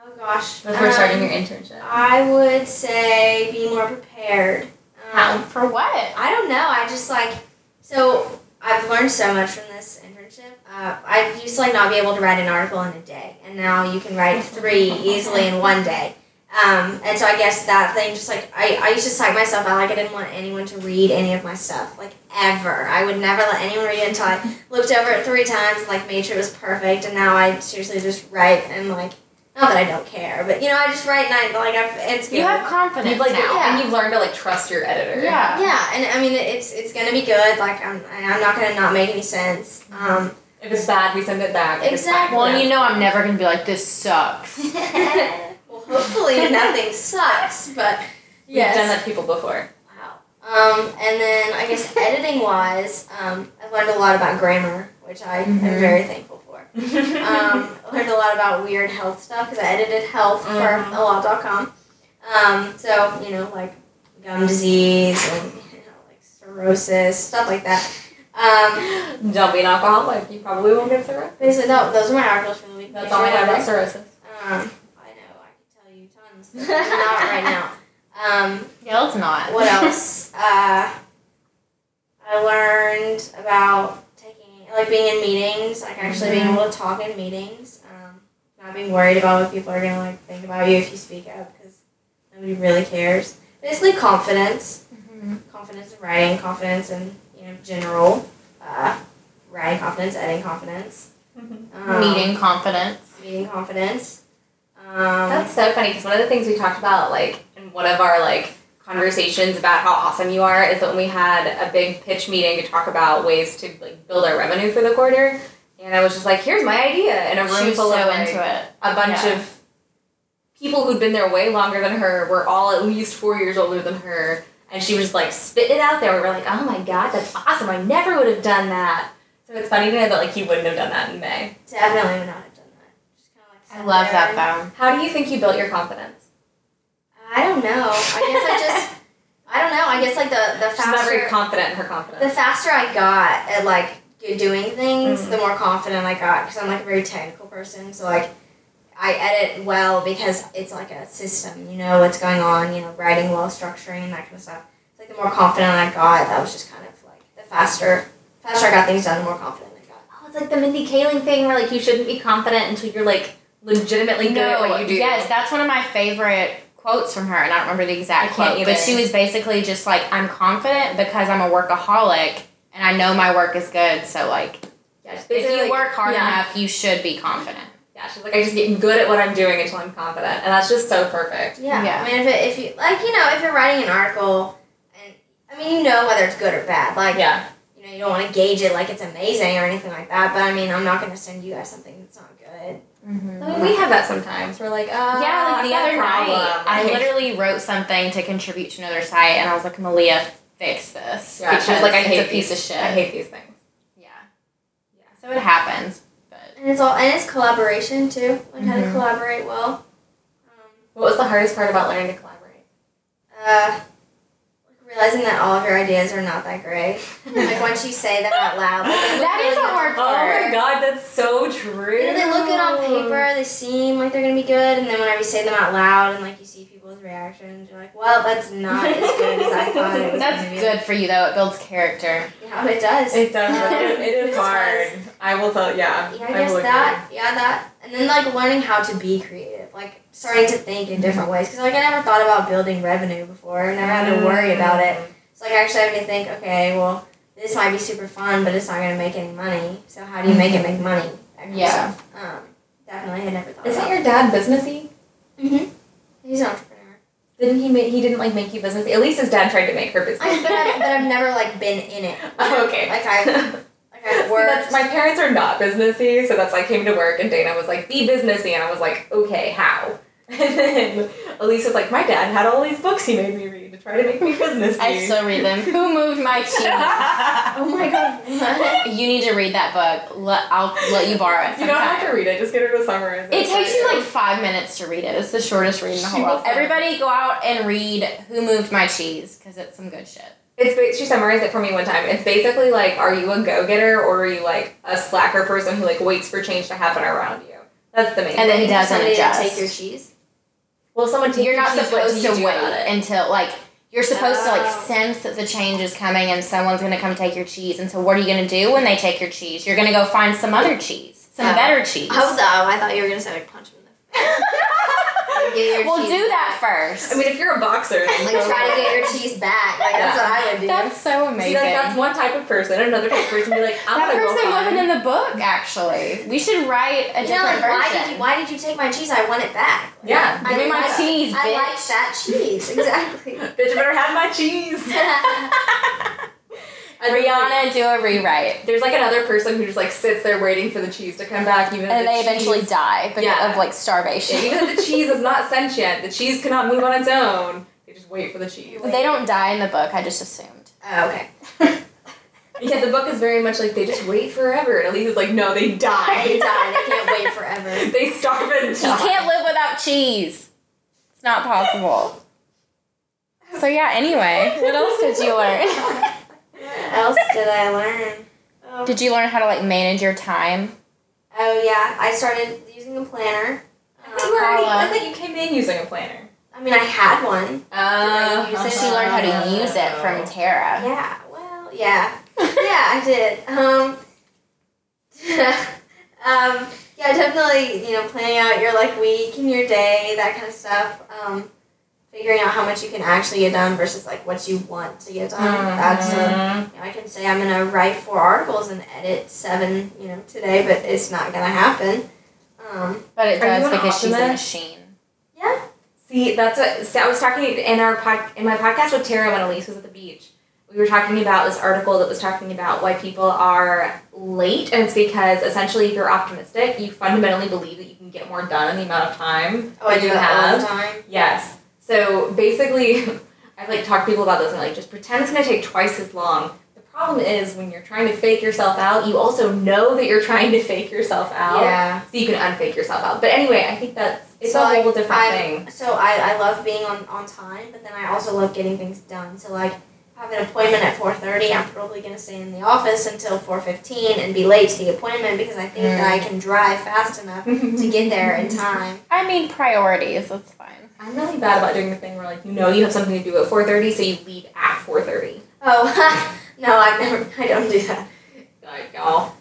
[SPEAKER 4] Oh gosh.
[SPEAKER 2] before starting
[SPEAKER 4] Um,
[SPEAKER 2] your internship?
[SPEAKER 4] I would say be more prepared.
[SPEAKER 3] How?
[SPEAKER 4] Um,
[SPEAKER 3] For what?
[SPEAKER 4] I don't know. I just like so I've learned so much from this internship. Uh, I used to like not be able to write an article in a day, and now you can write three easily in one day. Um, and so I guess that thing just like I, I used to psych myself out like I didn't want anyone to read any of my stuff like ever. I would never let anyone read it until I looked over it three times and like made sure it was perfect. And now I seriously just write and like not that I don't care, but you know I just write and I like I've it's good.
[SPEAKER 3] You have confidence
[SPEAKER 2] You've like
[SPEAKER 3] now.
[SPEAKER 4] Yeah.
[SPEAKER 2] and you've learned to like trust your editor.
[SPEAKER 3] Yeah.
[SPEAKER 4] Yeah, and I mean it's it's gonna be good. Like I'm I'm not gonna not make any sense. Um,
[SPEAKER 2] If it's bad, we send it back. If it's
[SPEAKER 4] Exactly.
[SPEAKER 3] Well, and you know I'm never gonna be like, this sucks.
[SPEAKER 4] well, hopefully nothing sucks, but
[SPEAKER 2] We've done
[SPEAKER 4] yes.
[SPEAKER 2] that to people before.
[SPEAKER 4] Wow. Um, and then I guess editing wise, um, I've learned a lot about grammar, which I am
[SPEAKER 2] Mm-hmm.
[SPEAKER 3] Mhm.
[SPEAKER 4] very thankful for. Um, learned a lot about weird health stuff because I edited health
[SPEAKER 2] Mhm.
[SPEAKER 4] for ALot.com. Um, so you know like gum disease and you know, like cirrhosis stuff like that. Um,
[SPEAKER 2] Don't be an alcoholic. You probably won't get cirrhosis.
[SPEAKER 4] Basically, no, those are my articles for the week.
[SPEAKER 2] That's
[SPEAKER 4] Make
[SPEAKER 2] all I
[SPEAKER 4] sure
[SPEAKER 2] have
[SPEAKER 4] you
[SPEAKER 2] about
[SPEAKER 4] order.
[SPEAKER 2] cirrhosis.
[SPEAKER 4] Um, I know, I could tell you tons, but not right now. Um,
[SPEAKER 3] Yeah, let's not.
[SPEAKER 4] what else? Uh, I learned about taking, like being in meetings, like actually being able to talk in meetings. Um, not being worried about what people are gonna like think about you if you speak up, because nobody really cares. Basically, confidence, confidence in writing, confidence in you know general, uh, writing confidence, editing confidence, um,
[SPEAKER 3] Meeting confidence.
[SPEAKER 4] meeting confidence. Um,
[SPEAKER 2] That's so funny because one of the things we talked about, like in one of our like conversations about how awesome you are, is that when we had a big pitch meeting to talk about ways to like build our revenue for the quarter, and I was just like, "Here's my idea," and a room
[SPEAKER 3] She was
[SPEAKER 2] full
[SPEAKER 3] so
[SPEAKER 2] of like,
[SPEAKER 3] into it.
[SPEAKER 2] a bunch
[SPEAKER 3] Yeah.
[SPEAKER 2] of people who'd been there way longer than her were all at least four years older than her and she was like spitting it out there we were like oh my god that's awesome i never would have done that so it's funny to know that like you wouldn't have done that in may
[SPEAKER 4] Definitely would not have done that. Just kind of like.
[SPEAKER 3] I
[SPEAKER 4] sat
[SPEAKER 3] love
[SPEAKER 4] there
[SPEAKER 3] that
[SPEAKER 4] and-
[SPEAKER 3] though.
[SPEAKER 2] how do you think you built your confidence
[SPEAKER 4] I don't know. I guess I just. I don't know. I guess like the the
[SPEAKER 2] she's not very
[SPEAKER 4] faster
[SPEAKER 2] confident in her
[SPEAKER 4] the
[SPEAKER 2] confidence
[SPEAKER 4] faster I got at like doing things,
[SPEAKER 2] Mhm.
[SPEAKER 4] the more confident I got because I'm like a very technical person. So like. I edit well because it's like a system, you know what's going on, you know, writing well, structuring, that kind of stuff. It's like the more confident I got, that was just kind of like the faster, faster I got things done, the more confident I got.
[SPEAKER 2] oh it's like the mindy kaling thing where like you shouldn't be confident until you're like legitimately good at what you do
[SPEAKER 3] Yes, that's one of my favorite quotes from her, and I don't remember the exact
[SPEAKER 2] I can't
[SPEAKER 3] quote,
[SPEAKER 2] either.
[SPEAKER 3] but she was basically just like, "I'm confident because I'm a workaholic, and I know my work is good. So like,
[SPEAKER 2] yeah, she's
[SPEAKER 3] if
[SPEAKER 2] basically,
[SPEAKER 3] you
[SPEAKER 2] like-
[SPEAKER 3] work hard
[SPEAKER 2] yeah.
[SPEAKER 3] enough, you should be confident."
[SPEAKER 2] yeah she's like i just get good at what i'm doing until i'm confident and that's just so perfect
[SPEAKER 4] Yeah.
[SPEAKER 3] Yeah.
[SPEAKER 4] I mean, if, it, if you like, you know, if you're writing an article, and I mean, you know whether it's good or bad. Like,
[SPEAKER 2] yeah
[SPEAKER 4] you know, you don't want to gauge it like it's amazing or anything like that. But I mean, I'm not going to send you guys something that's not good.
[SPEAKER 2] I mean, we have that sometimes. We're like, oh,
[SPEAKER 3] Yeah, like
[SPEAKER 2] I've got
[SPEAKER 3] the
[SPEAKER 2] a
[SPEAKER 3] other night,
[SPEAKER 2] problem.
[SPEAKER 3] I
[SPEAKER 2] Like,
[SPEAKER 3] literally wrote something to contribute to another site, and I was like, "Malia, fix this
[SPEAKER 2] yeah, she was
[SPEAKER 3] because
[SPEAKER 2] like, I
[SPEAKER 3] it's
[SPEAKER 2] hate
[SPEAKER 3] a piece
[SPEAKER 2] these,
[SPEAKER 3] of shit."
[SPEAKER 2] I hate these things.
[SPEAKER 3] yeah, yeah. So it happens, but
[SPEAKER 4] And it's all and it's collaboration too. Like how to
[SPEAKER 3] Mhm.
[SPEAKER 4] collaborate well. Um,
[SPEAKER 2] What was the hardest part about learning to collaborate?
[SPEAKER 4] uh, like, realizing that all of your ideas are not that great. like once you say that out loud, like, they look
[SPEAKER 3] That is
[SPEAKER 4] really
[SPEAKER 3] a
[SPEAKER 4] good.
[SPEAKER 3] hard part.
[SPEAKER 2] my god, that's so true.
[SPEAKER 4] You know, they look good on paper, they seem like they're gonna be good, and then whenever you say them out loud and like you see people's reactions, you're like, well, that's not as good as I thought it was
[SPEAKER 3] that's
[SPEAKER 4] gonna be.
[SPEAKER 3] good for you though. It builds character.
[SPEAKER 4] Yeah, it does.
[SPEAKER 2] It does. it- it
[SPEAKER 4] It
[SPEAKER 2] is
[SPEAKER 4] does.
[SPEAKER 2] hard. I will tell. Yeah.
[SPEAKER 4] yeah,
[SPEAKER 2] I
[SPEAKER 4] I guess
[SPEAKER 2] will agree.
[SPEAKER 4] that. Yeah, that. And then like learning how to be creative, like starting to think in different ways. Because like I never thought about building revenue before, I never had to worry about it. So like I actually having to think, okay, well, this might be super fun, but it's not gonna make any money. So how do you make it make money? That kind of
[SPEAKER 3] Yeah.
[SPEAKER 4] stuff. Um, definitely, I never thought.
[SPEAKER 2] Isn't
[SPEAKER 4] about
[SPEAKER 2] your dad businessy?
[SPEAKER 4] Mm-hmm. He's an entrepreneur.
[SPEAKER 2] Didn't he? Make, he didn't like make you businessy. At least his dad tried to make her
[SPEAKER 4] I,
[SPEAKER 2] businessy.
[SPEAKER 4] but, I've, but I've never like been in it.
[SPEAKER 2] Oh, okay.
[SPEAKER 4] Like I, like
[SPEAKER 2] See,
[SPEAKER 4] I worked.
[SPEAKER 2] that's my parents are not businessy, so that's I came to work and Dana was like, "Be businessy," and I was like, "Okay, how?" And then Elise was like, "My dad had all these books he made me read to try to make me businessy."
[SPEAKER 3] I still read them. Who moved my cheese?
[SPEAKER 4] oh my god.
[SPEAKER 3] you need to read that book. Let, I'll let you borrow it.
[SPEAKER 2] you don't have
[SPEAKER 3] sometime.
[SPEAKER 2] to read it; just get her to summarize it.
[SPEAKER 3] It takes you like five minutes to read it. It's the shortest read in the
[SPEAKER 2] She
[SPEAKER 3] whole world.
[SPEAKER 2] will-
[SPEAKER 3] Everybody go out and read Who Moved My Cheese because it's some good shit.
[SPEAKER 2] It's ba- she summarized it for me one time. It's basically like, are you a go getter or are you like a slacker person who like waits for change to happen around you? That's the main.
[SPEAKER 3] And then
[SPEAKER 2] thing.
[SPEAKER 3] he doesn't
[SPEAKER 4] Somebody to
[SPEAKER 3] adjust.
[SPEAKER 4] take your cheese.
[SPEAKER 2] well, someone take
[SPEAKER 3] You're
[SPEAKER 2] your
[SPEAKER 3] not
[SPEAKER 2] cheese, what do
[SPEAKER 3] supposed
[SPEAKER 2] you
[SPEAKER 3] to
[SPEAKER 2] do
[SPEAKER 3] wait
[SPEAKER 2] about it?
[SPEAKER 3] until like you're supposed to like
[SPEAKER 4] Oh.
[SPEAKER 3] sense that the change is coming and someone's gonna come take your cheese. And so what are you gonna do when they take your cheese? You're gonna go find some other cheese, some
[SPEAKER 4] Oh.
[SPEAKER 3] better cheese.
[SPEAKER 4] Oh no! I thought you were gonna say like punch him in the face. Get your
[SPEAKER 3] Well,
[SPEAKER 4] cheese
[SPEAKER 3] do that
[SPEAKER 4] back.
[SPEAKER 3] first.
[SPEAKER 2] I mean, if you're a boxer, then
[SPEAKER 4] Like
[SPEAKER 2] go
[SPEAKER 4] try
[SPEAKER 2] for
[SPEAKER 4] to
[SPEAKER 2] it.
[SPEAKER 4] get your cheese back. Like that's what I would do.
[SPEAKER 3] That's so
[SPEAKER 2] See,
[SPEAKER 3] amazing.
[SPEAKER 2] like that's one type of person. Another type of person be like, I'm
[SPEAKER 3] that
[SPEAKER 2] gonna
[SPEAKER 3] person
[SPEAKER 2] go find.
[SPEAKER 3] wasn't in the book, actually. We should write a
[SPEAKER 4] you know,
[SPEAKER 3] different
[SPEAKER 4] like why
[SPEAKER 3] version.
[SPEAKER 4] did you why did you take my cheese? I want it back. Like,
[SPEAKER 2] yeah,
[SPEAKER 4] I
[SPEAKER 3] Give me my
[SPEAKER 4] like-
[SPEAKER 3] cheese,
[SPEAKER 4] I
[SPEAKER 3] bitch.
[SPEAKER 4] like that cheese exactly.
[SPEAKER 2] bitch, you better have my cheese. And then, like,
[SPEAKER 3] Rihanna do a rewrite,
[SPEAKER 2] there's like another person who just like sits there waiting for the cheese to come back, even if
[SPEAKER 3] and
[SPEAKER 2] the
[SPEAKER 3] they eventually
[SPEAKER 2] cheese-
[SPEAKER 3] die because
[SPEAKER 2] Yeah.
[SPEAKER 3] of like
[SPEAKER 2] Yeah,
[SPEAKER 3] starvation.
[SPEAKER 2] even if the cheese is not sentient, the cheese cannot move on its own. They just wait for the cheese.
[SPEAKER 3] they don't die in the book. I just assumed.
[SPEAKER 4] oh, okay.
[SPEAKER 2] Yeah, the book is very much like they just wait forever, and Elise is like, no, they
[SPEAKER 4] They
[SPEAKER 2] die.
[SPEAKER 4] die. They can't wait forever.
[SPEAKER 2] they starve and
[SPEAKER 3] You
[SPEAKER 2] die.
[SPEAKER 3] can't live without cheese. It's not possible. So yeah. Anyway, what else did you learn?
[SPEAKER 4] What else did I learn? Oh.
[SPEAKER 3] Did you learn how to like manage your time?
[SPEAKER 4] Oh yeah, I started using a planner. Um,
[SPEAKER 2] You already, I
[SPEAKER 3] Paula.
[SPEAKER 2] thought you came in using a planner.
[SPEAKER 4] I mean, I had one.
[SPEAKER 2] Oh,
[SPEAKER 4] use
[SPEAKER 3] So
[SPEAKER 4] it?
[SPEAKER 3] she learned how to use it from Tara.
[SPEAKER 4] Yeah. Well, yeah. yeah, I did. Um, um, yeah, definitely, you know, planning out your, like, week and your day, that kind of stuff. Um, figuring out how much you can actually get done versus, like, what you want to get done. That's, uh,
[SPEAKER 2] Mhm.
[SPEAKER 4] you know, I can say I'm going to write four articles and edit seven, you know, today, but it's not going to happen. Um,
[SPEAKER 3] But it
[SPEAKER 2] Are you
[SPEAKER 3] does
[SPEAKER 2] an
[SPEAKER 3] because she's a
[SPEAKER 2] optimist?
[SPEAKER 3] machine.
[SPEAKER 4] yeah.
[SPEAKER 2] See, that's what so I was talking in our pod, in my podcast with Tara when Elise was at the beach. We were talking about this article that was talking about why people are late, and it's because essentially, if you're optimistic, you fundamentally believe that you can get more done in the amount of time
[SPEAKER 4] Oh, I
[SPEAKER 2] that
[SPEAKER 4] do
[SPEAKER 2] you
[SPEAKER 4] that all
[SPEAKER 2] have.
[SPEAKER 4] the time.
[SPEAKER 2] Yes. So basically, I've like talked to people about this and like just pretend it's gonna take twice as long. The problem is when you're trying to fake yourself out, you also know that you're trying to fake yourself out,
[SPEAKER 4] Yeah.
[SPEAKER 2] so you can unfake yourself out. But anyway, I think that's it's
[SPEAKER 4] So,
[SPEAKER 2] a whole
[SPEAKER 4] like,
[SPEAKER 2] different
[SPEAKER 4] I'm-
[SPEAKER 2] thing.
[SPEAKER 4] So I, I love being on, on time, but then I also love getting things done. So like if I have an appointment at four thirty, I'm probably gonna stay in the office until four fifteen and be late to the appointment because I think that I can drive fast enough to get there in time.
[SPEAKER 3] I mean priorities. That's fine.
[SPEAKER 2] I'm really bad about doing the thing where like you know you have something to do at 4:30, so you leave at 4:30.
[SPEAKER 4] Oh no, I've never I don't do that.
[SPEAKER 2] Like y'all,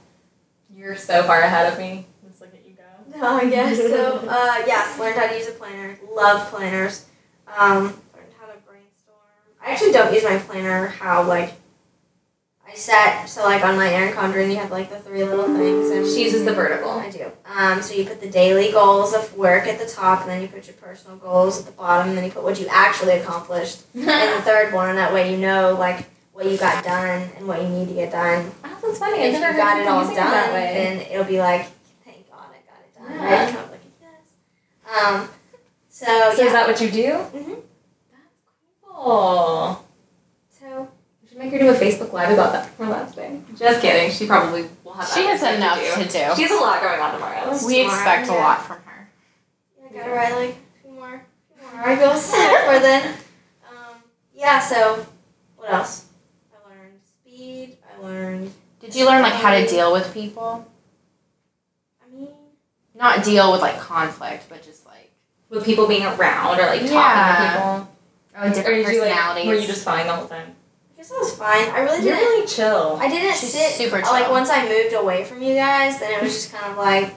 [SPEAKER 2] you're so far ahead of me. Just look at you go.
[SPEAKER 4] No, I guess so. Uh, yes, learned how to use a planner. Love planners. Um, learned how to brainstorm. I actually don't use my planner. How like I set so like on my Erin Condren, you have like the three little things, and
[SPEAKER 2] She uses the vertical.
[SPEAKER 4] I do. Um, so you put the daily goals of work at the top, and then you put your personal goals at the bottom, and then you put what you actually accomplished
[SPEAKER 2] Ah,
[SPEAKER 4] in the third one, and that way you know like what you got done and what you need to get done
[SPEAKER 2] Oh, that's funny.
[SPEAKER 4] if
[SPEAKER 2] I
[SPEAKER 4] you
[SPEAKER 2] never
[SPEAKER 4] got
[SPEAKER 2] heard
[SPEAKER 4] it
[SPEAKER 2] of
[SPEAKER 4] all
[SPEAKER 2] using
[SPEAKER 4] done,
[SPEAKER 2] that way.
[SPEAKER 4] then it'll be like, thank God I got it done.
[SPEAKER 2] Yeah.
[SPEAKER 4] Right? Kind of like, yes. Um, so,
[SPEAKER 2] Oh, So
[SPEAKER 4] yeah.
[SPEAKER 2] is that what you do?
[SPEAKER 4] Mhm.
[SPEAKER 2] That's cool.
[SPEAKER 4] so
[SPEAKER 2] We should make her do a Facebook Live about that for last day. Just kidding. She probably will have.
[SPEAKER 3] She has
[SPEAKER 2] other
[SPEAKER 3] enough
[SPEAKER 2] stuff
[SPEAKER 3] to
[SPEAKER 2] do. She
[SPEAKER 3] do.
[SPEAKER 2] has a lot going on tomorrow.
[SPEAKER 3] We
[SPEAKER 4] Smart,
[SPEAKER 3] expect a
[SPEAKER 4] yeah.
[SPEAKER 3] lot from her.
[SPEAKER 4] yeah, I gotta write like a few more, few more articles for then. Um, yeah, so what else? I learned speed. I learned,
[SPEAKER 3] Did you learn like how to deal with people?
[SPEAKER 4] I mean,
[SPEAKER 3] Not deal with like conflict, but just like
[SPEAKER 2] With people being around or like talking
[SPEAKER 3] Yeah.
[SPEAKER 2] to people.
[SPEAKER 3] oh,
[SPEAKER 2] or
[SPEAKER 3] different
[SPEAKER 2] did you like?
[SPEAKER 3] personalities.
[SPEAKER 2] Were you just fine the whole time?
[SPEAKER 4] I guess I was fine. I really
[SPEAKER 2] You're
[SPEAKER 4] didn't.
[SPEAKER 2] really chill.
[SPEAKER 4] I didn't
[SPEAKER 3] She's
[SPEAKER 4] sit uh,
[SPEAKER 3] super
[SPEAKER 4] like
[SPEAKER 3] chill.
[SPEAKER 4] once I moved away from you guys, then it was just kind of like.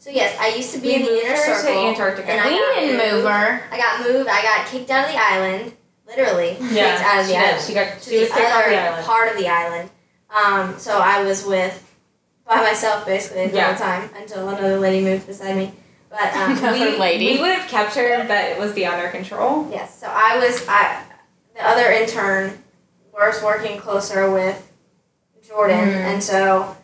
[SPEAKER 4] So yes, I used to be in the
[SPEAKER 2] moved
[SPEAKER 4] inner
[SPEAKER 2] her to
[SPEAKER 4] circle.
[SPEAKER 2] Antarctica.
[SPEAKER 4] and I
[SPEAKER 3] we
[SPEAKER 4] got
[SPEAKER 3] didn't
[SPEAKER 4] moved.
[SPEAKER 3] move her.
[SPEAKER 4] I got moved. I got kicked out of the island, literally
[SPEAKER 2] yeah,
[SPEAKER 4] kicked out of the
[SPEAKER 2] she did.
[SPEAKER 4] island
[SPEAKER 2] She got.
[SPEAKER 4] to
[SPEAKER 2] She was
[SPEAKER 4] the
[SPEAKER 2] kicked off
[SPEAKER 4] other
[SPEAKER 2] the island.
[SPEAKER 4] part of the island. Um, so I was with by myself basically the
[SPEAKER 2] Yeah.
[SPEAKER 4] whole time until another lady moved beside me. But um,
[SPEAKER 3] Another
[SPEAKER 2] we,
[SPEAKER 3] lady.
[SPEAKER 2] We would have kept her, but it was beyond our control.
[SPEAKER 4] yes, so I was I the other intern was working closer with Jordan,
[SPEAKER 2] Mm-hmm.
[SPEAKER 3] Mhm.
[SPEAKER 4] and so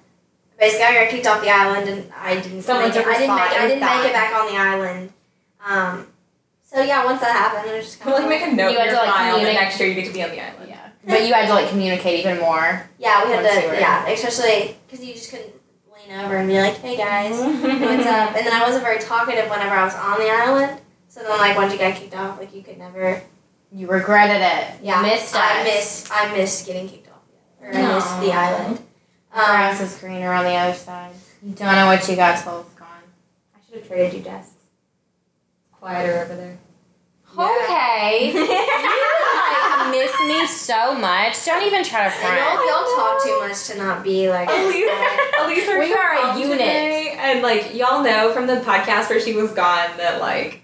[SPEAKER 4] basically I got kicked off the island, and I didn't.
[SPEAKER 2] Someone
[SPEAKER 4] make
[SPEAKER 2] took
[SPEAKER 4] it,
[SPEAKER 2] her
[SPEAKER 4] I didn't
[SPEAKER 2] spot.
[SPEAKER 4] make it. I
[SPEAKER 2] It was
[SPEAKER 4] didn't make
[SPEAKER 2] fine.
[SPEAKER 4] it back on the island. Um, so yeah, once that happened, it was just
[SPEAKER 2] We'll,
[SPEAKER 4] kind of
[SPEAKER 2] like make a note in
[SPEAKER 3] You had
[SPEAKER 2] your
[SPEAKER 3] to, like,
[SPEAKER 2] file that
[SPEAKER 3] communicate.
[SPEAKER 2] next year you get to be on the island.
[SPEAKER 3] Yeah. But you had to like communicate even more.
[SPEAKER 4] Yeah, we had
[SPEAKER 3] Once you were
[SPEAKER 4] to. Yeah, especially because you just couldn't lean over and be like, "Hey guys, what's
[SPEAKER 2] What's
[SPEAKER 4] up?" And then I wasn't very talkative whenever I was on the island. So then, like, once you got kicked off, like, you could never.
[SPEAKER 3] You regretted it.
[SPEAKER 4] Yeah,
[SPEAKER 3] You missed us.
[SPEAKER 4] I miss. I miss getting kicked off. Or I miss the
[SPEAKER 2] Aw.
[SPEAKER 4] island. Um,
[SPEAKER 3] The grass is greener on the other side. You don't know what you got till it's gone.
[SPEAKER 2] I should have traded you desks. Quieter over there.
[SPEAKER 3] Okay. you like miss me so much. Don't even try to
[SPEAKER 4] And
[SPEAKER 3] front.
[SPEAKER 4] y'all, y'all talk too much to not be like.
[SPEAKER 3] Oh,
[SPEAKER 2] Elise, Elise
[SPEAKER 3] We
[SPEAKER 2] her
[SPEAKER 3] are a
[SPEAKER 2] mom
[SPEAKER 3] unit.
[SPEAKER 2] today, and like y'all know from the podcast where she was gone that like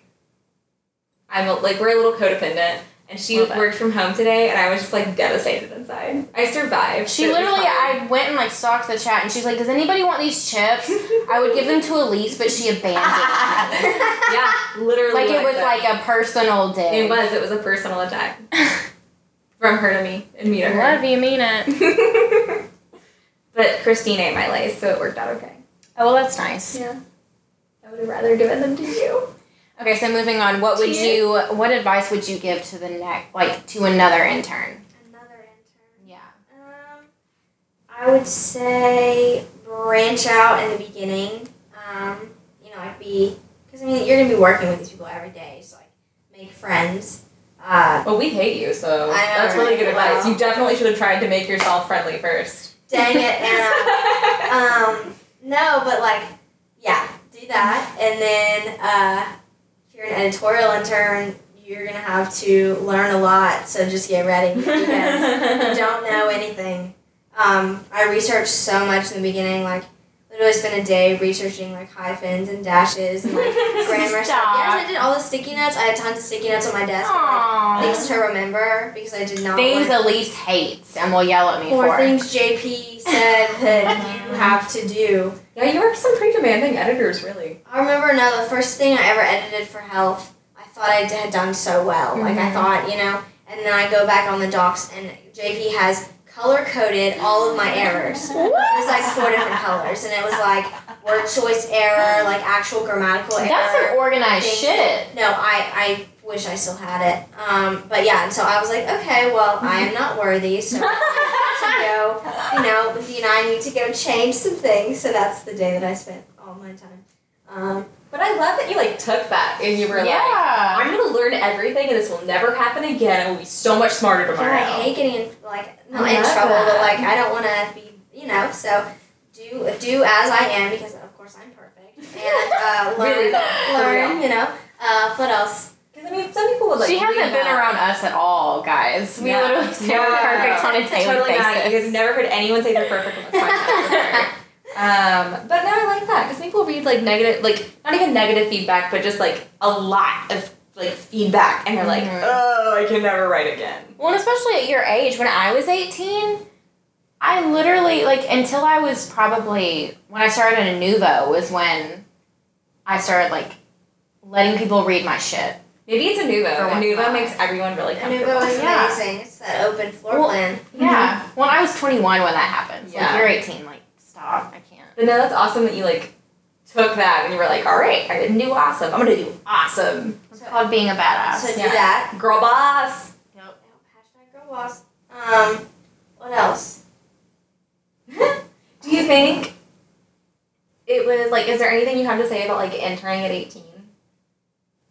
[SPEAKER 2] I'm a, like we're a little codependent, and she
[SPEAKER 3] Little bit.
[SPEAKER 2] worked from home today, and I was just like devastated inside. I survived.
[SPEAKER 3] She
[SPEAKER 2] but it was
[SPEAKER 3] literally,
[SPEAKER 2] hard.
[SPEAKER 3] I went and like stalked the chat, and she's like, "Does anybody want these chips?" I would give them to Elise, but she abandoned me.
[SPEAKER 2] yeah, literally
[SPEAKER 3] Like it was
[SPEAKER 2] that.
[SPEAKER 3] like a personal
[SPEAKER 2] it
[SPEAKER 3] day.
[SPEAKER 2] was it was a personal attack from her to me and me to
[SPEAKER 3] Love
[SPEAKER 2] her.
[SPEAKER 3] you, mean it.
[SPEAKER 2] but Christine ate my lace, so it worked out okay.
[SPEAKER 3] Oh, well, that's nice.
[SPEAKER 2] Yeah, I would have rather given them to you.
[SPEAKER 3] Okay, so moving on. What would
[SPEAKER 2] Cheers.
[SPEAKER 3] you? What advice would you give to the next, like to another intern?
[SPEAKER 4] Another intern.
[SPEAKER 3] Yeah.
[SPEAKER 4] Um, I would say branch out in the beginning. Um, you know, like be because I mean you're gonna be working with these people every day, so like make friends. Uh,
[SPEAKER 2] Well, we hate you, so
[SPEAKER 4] I know,
[SPEAKER 2] that's really
[SPEAKER 4] right?
[SPEAKER 2] good advice.
[SPEAKER 4] Wow.
[SPEAKER 2] You definitely should have tried to make yourself friendly first.
[SPEAKER 4] dang it, Anna. um, no, but like, yeah, do that, and then uh, editorial intern, you're gonna have to learn a lot. So just get ready because I don't know anything. Um, I researched so much in the beginning, like literally spent a day researching like hyphens and dashes and like grammar stuff.
[SPEAKER 3] Stop.
[SPEAKER 4] Yeah, I did all the sticky notes. I had tons of sticky notes on my desk. like,
[SPEAKER 3] Aww.
[SPEAKER 4] things to remember because I did not.
[SPEAKER 3] Things
[SPEAKER 4] want-
[SPEAKER 3] Elise hates and will yell at me
[SPEAKER 4] or
[SPEAKER 3] for.
[SPEAKER 4] things JP said that you have to do.
[SPEAKER 2] Yeah, you are some pretty demanding editors, really.
[SPEAKER 4] I remember now the first thing I ever edited for health, I thought I d- had done so well. Like I
[SPEAKER 3] Mhm.
[SPEAKER 4] thought, you know, and then I go back on the docs and JP has color coded all of my errors. It was like four different colors and it was like word choice error, like actual grammatical error.
[SPEAKER 3] That's some organized
[SPEAKER 4] Things-
[SPEAKER 3] shit.
[SPEAKER 4] No, I, I wish I still had it. Um, but yeah, and so I was like, okay, well, I am not worthy, so I need to go, you know, with you and I need to go change some things. So that's the day that I spent all my time. Um,
[SPEAKER 2] But I love that you like took that and you were like,
[SPEAKER 3] yeah.
[SPEAKER 2] I'm gonna learn everything and this will never happen again. I will be so much smarter
[SPEAKER 4] and I
[SPEAKER 2] tomorrow.
[SPEAKER 4] hate getting in, like not
[SPEAKER 2] I
[SPEAKER 4] in
[SPEAKER 2] love
[SPEAKER 4] trouble,
[SPEAKER 2] that.
[SPEAKER 4] but like I don't want to be, you know. So do do as I am because of course I'm perfect and uh, learn,
[SPEAKER 2] Really though, for real.
[SPEAKER 4] learn, you know. Uh, what else?
[SPEAKER 2] Because I mean, some people would like.
[SPEAKER 3] she hasn't
[SPEAKER 2] read
[SPEAKER 3] been
[SPEAKER 2] that.
[SPEAKER 3] around us at all, guys. We
[SPEAKER 2] No.
[SPEAKER 3] literally say we're
[SPEAKER 2] No.
[SPEAKER 3] perfect on a daily
[SPEAKER 2] Totally
[SPEAKER 3] basis.
[SPEAKER 2] not. You've never heard anyone say they're perfect on the podcast. Um, but no, I like that because people read like negative, like not even negative feedback, but just like a lot of like feedback, and they're like,
[SPEAKER 3] Mhm.
[SPEAKER 2] oh, I can never write again.
[SPEAKER 3] Well, and especially at your age, when I was 18, I literally, like, until I was probably, when I started in a Nuvo was when I started, like, letting people read my shit.
[SPEAKER 2] Maybe it's a Nuvo.
[SPEAKER 3] For
[SPEAKER 2] A
[SPEAKER 3] what?
[SPEAKER 2] Nuvo makes everyone really comfortable.
[SPEAKER 4] Anuvo is
[SPEAKER 3] Yeah.
[SPEAKER 4] amazing. It's that open floor
[SPEAKER 3] Well,
[SPEAKER 4] plan.
[SPEAKER 3] Yeah. When I was 21 when that happened.
[SPEAKER 2] Yeah.
[SPEAKER 3] Like, you're 18, like, stop. I can't.
[SPEAKER 2] But no, that's awesome that you like took that and you were like, all right, I didn't do awesome. I'm gonna do awesome,
[SPEAKER 3] It's called being a
[SPEAKER 4] So
[SPEAKER 3] badass.
[SPEAKER 4] do
[SPEAKER 2] Yeah.
[SPEAKER 4] that.
[SPEAKER 2] girl boss.
[SPEAKER 4] Oh, Hashtag girl boss. Um, what else?
[SPEAKER 2] Do you think it was like? Is there anything you have to say about like entering at 18?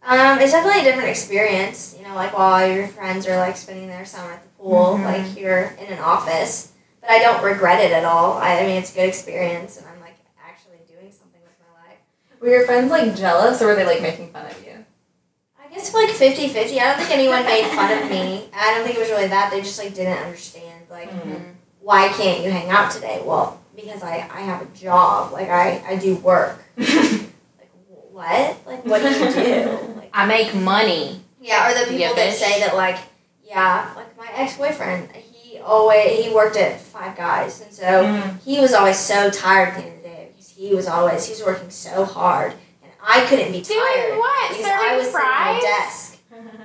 [SPEAKER 4] Um, it's definitely a different experience. You know, like while your friends are like spending their summer at the pool,
[SPEAKER 3] Mhm.
[SPEAKER 4] like you're in an office. But I don't regret it at all. I, I mean, it's a good experience, and I'm like actually doing something with my life.
[SPEAKER 2] Were your friends like jealous, or were they like making fun of you?
[SPEAKER 4] I guess like 50 50. I don't think anyone made fun of me. I don't think it was really that. They just like didn't understand. Like, why can't you hang out today? Well, because I, I have a job. Like, I, I do work. Like, wh- what? Like, what do you do? Like,
[SPEAKER 3] I make money.
[SPEAKER 4] Yeah, or the people
[SPEAKER 3] Yeah,
[SPEAKER 4] that
[SPEAKER 3] bitch.
[SPEAKER 4] say that like, yeah, like my ex boyfriend, he always he worked at Five Guys, and so
[SPEAKER 3] Mm.
[SPEAKER 4] he was always so tired at the end of the day because he was always he was working so hard, and I couldn't be
[SPEAKER 3] Doing
[SPEAKER 4] tired
[SPEAKER 3] what?
[SPEAKER 4] because
[SPEAKER 3] Serving
[SPEAKER 4] I was sitting at my
[SPEAKER 3] fries?
[SPEAKER 4] desk.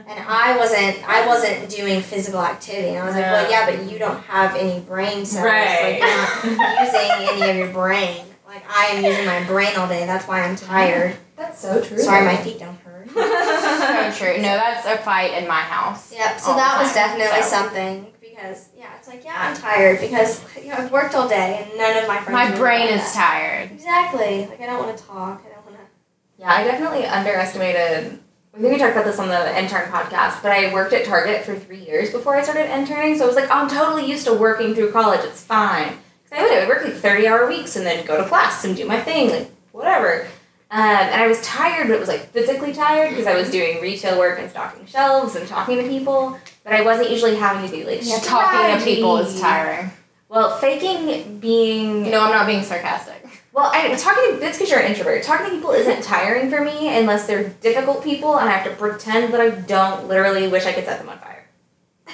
[SPEAKER 4] And I wasn't, I wasn't doing physical activity. And I was like, well, yeah, but you don't have any brain cells.
[SPEAKER 2] Right.
[SPEAKER 4] Like, you're not using any of your brain. Like, I am using my brain all day. That's why I'm tired.
[SPEAKER 2] That's so true.
[SPEAKER 4] Sorry, my feet don't hurt.
[SPEAKER 3] So true. No, that's a fight in my house.
[SPEAKER 4] Yep.
[SPEAKER 3] all
[SPEAKER 4] So
[SPEAKER 3] the
[SPEAKER 4] that was
[SPEAKER 3] time,
[SPEAKER 4] definitely
[SPEAKER 3] so.
[SPEAKER 4] something because yeah, it's like yeah, I'm tired because you know I've worked all day and none of my friends.
[SPEAKER 3] My
[SPEAKER 4] really
[SPEAKER 3] brain
[SPEAKER 4] like
[SPEAKER 3] is
[SPEAKER 4] that.
[SPEAKER 3] tired.
[SPEAKER 4] Exactly. Like I don't want to talk. I don't want to.
[SPEAKER 2] yeah, I definitely underestimated. I think we talked about this on the intern podcast, but I worked at Target for three years before I started interning, so I was like, oh, I'm totally used to working through college. It's fine. Because I would I would work like 30 hour weeks and then go to class and do my thing, like whatever. Um, and I was tired, but it was like physically tired because I was doing retail work and stocking shelves and talking to people. But I wasn't usually having to do like
[SPEAKER 3] Yeah, talking to people is
[SPEAKER 2] strategy.
[SPEAKER 3] tiring.
[SPEAKER 2] Well, faking being
[SPEAKER 3] No, I'm not being sarcastic.
[SPEAKER 2] Well, I, talking to that's because you're an introvert. Talking to people isn't tiring for me unless they're difficult people, and I have to pretend that I don't. Literally, wish I could set them on fire.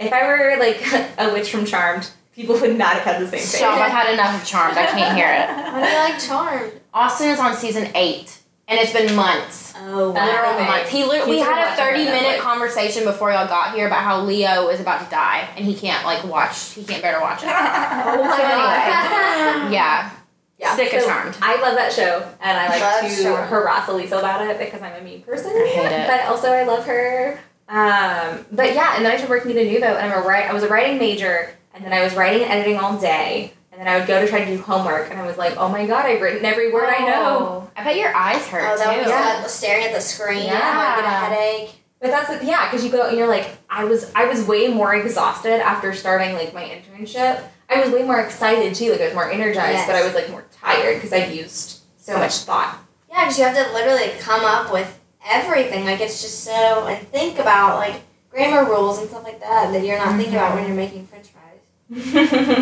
[SPEAKER 2] If I were like a witch from Charmed, people would not have had the same thing.
[SPEAKER 3] Stop, I've had enough of Charmed. I can't hear it.
[SPEAKER 4] Why do you like charmed?
[SPEAKER 3] Austin is on season eight, and it's been months.
[SPEAKER 4] Oh.
[SPEAKER 2] Uh,
[SPEAKER 4] Wow.
[SPEAKER 3] Literal
[SPEAKER 2] okay.
[SPEAKER 3] months. He lit- we
[SPEAKER 2] He's
[SPEAKER 3] had
[SPEAKER 2] watching
[SPEAKER 3] a 30
[SPEAKER 2] that
[SPEAKER 3] minute
[SPEAKER 2] Netflix.
[SPEAKER 3] conversation before y'all got here about how Leo is about to die, and he can't, like, watch. He can't bear to watch it.
[SPEAKER 2] oh
[SPEAKER 3] my
[SPEAKER 4] God.
[SPEAKER 3] Yeah. Sick of
[SPEAKER 2] so
[SPEAKER 3] Charmed.
[SPEAKER 2] I love that show, and I like
[SPEAKER 4] Love
[SPEAKER 2] to
[SPEAKER 4] Charmed.
[SPEAKER 2] harass Elisa about it because I'm a mean person.
[SPEAKER 3] I hate it.
[SPEAKER 2] But also, I love her. Um, but yeah, and then I started working at Anuvo, and I'm a write. I was a writing major, and then I was writing and editing all day, and then I would go to try to do homework, and I was like, oh my god, I've written every word I know.
[SPEAKER 3] I bet your eyes hurt,
[SPEAKER 4] Oh, that
[SPEAKER 3] too.
[SPEAKER 4] was
[SPEAKER 2] Yeah.
[SPEAKER 4] uh, staring at the screen.
[SPEAKER 3] Yeah.
[SPEAKER 4] I get a headache.
[SPEAKER 2] But that's the, yeah, because you go and you're like, I was I was way more exhausted after starting like my internship. I was way more excited too, like I was more energized, but I
[SPEAKER 4] Yes.
[SPEAKER 2] was like more tired because I'd used so much thought.
[SPEAKER 4] Yeah, because you have to literally come up with everything. Like it's just so and think about like grammar rules and stuff like that that you're not thinking about when you're making French fries.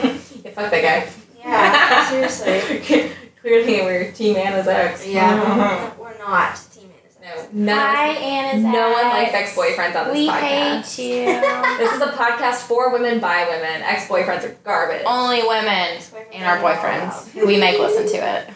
[SPEAKER 2] yeah, fuck that guy.
[SPEAKER 4] Yeah, seriously.
[SPEAKER 2] Clearly, we're Team Anna's ex.
[SPEAKER 4] Yeah, we're not team
[SPEAKER 2] No,
[SPEAKER 4] innocent.
[SPEAKER 2] none
[SPEAKER 3] Hi,
[SPEAKER 2] of us-
[SPEAKER 3] Anna's
[SPEAKER 2] no one likes
[SPEAKER 3] ex.
[SPEAKER 2] ex-boyfriends on this
[SPEAKER 3] We
[SPEAKER 2] podcast.
[SPEAKER 3] hate you.
[SPEAKER 2] This is a podcast for women by women. Ex-boyfriends are garbage.
[SPEAKER 3] Only women and our boyfriends. who We make listen to it.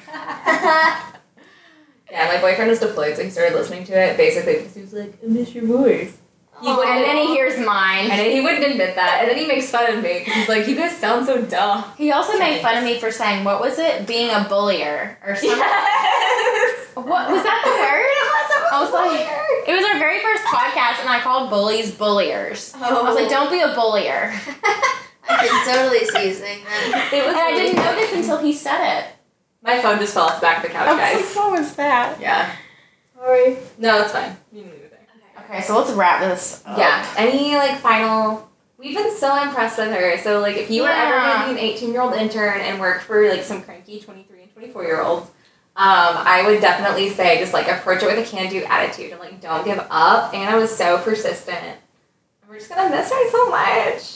[SPEAKER 2] yeah, my boyfriend is deployed, so he started listening to it basically because he was like, "I miss your voice," He
[SPEAKER 4] Oh.
[SPEAKER 2] would-
[SPEAKER 3] and then he hears
[SPEAKER 2] and
[SPEAKER 3] mine.
[SPEAKER 2] then he wouldn't admit that, and then he makes fun of me because he's like, "You guys sound so dumb."
[SPEAKER 3] He also made fun of me for saying what was it? Being a bullier or something.
[SPEAKER 2] Yes.
[SPEAKER 3] What was that the word? I was like, it was our very first podcast, and I called bullies bulliers.
[SPEAKER 4] Oh,
[SPEAKER 3] I was like, don't be a bullier.
[SPEAKER 4] I can totally see you saying that.
[SPEAKER 2] It was
[SPEAKER 3] And I didn't
[SPEAKER 2] really-
[SPEAKER 3] notice until Oh. he said it.
[SPEAKER 2] My phone just fell off the back of the couch, guys.
[SPEAKER 3] what was that?
[SPEAKER 2] Yeah.
[SPEAKER 4] Sorry.
[SPEAKER 2] No, it's fine. You can leave it there.
[SPEAKER 3] Okay, so let's wrap this. Up.
[SPEAKER 2] Yeah. Any like final? We've been so impressed with her. So like, if you were ever
[SPEAKER 3] Yeah.
[SPEAKER 2] going to be an eighteen-year-old intern and work for like some cranky twenty-three and twenty-four-year-olds, um, I would definitely say just like approach it with a can-do attitude and like don't give up. Anna was so persistent. And we're just gonna miss her so much.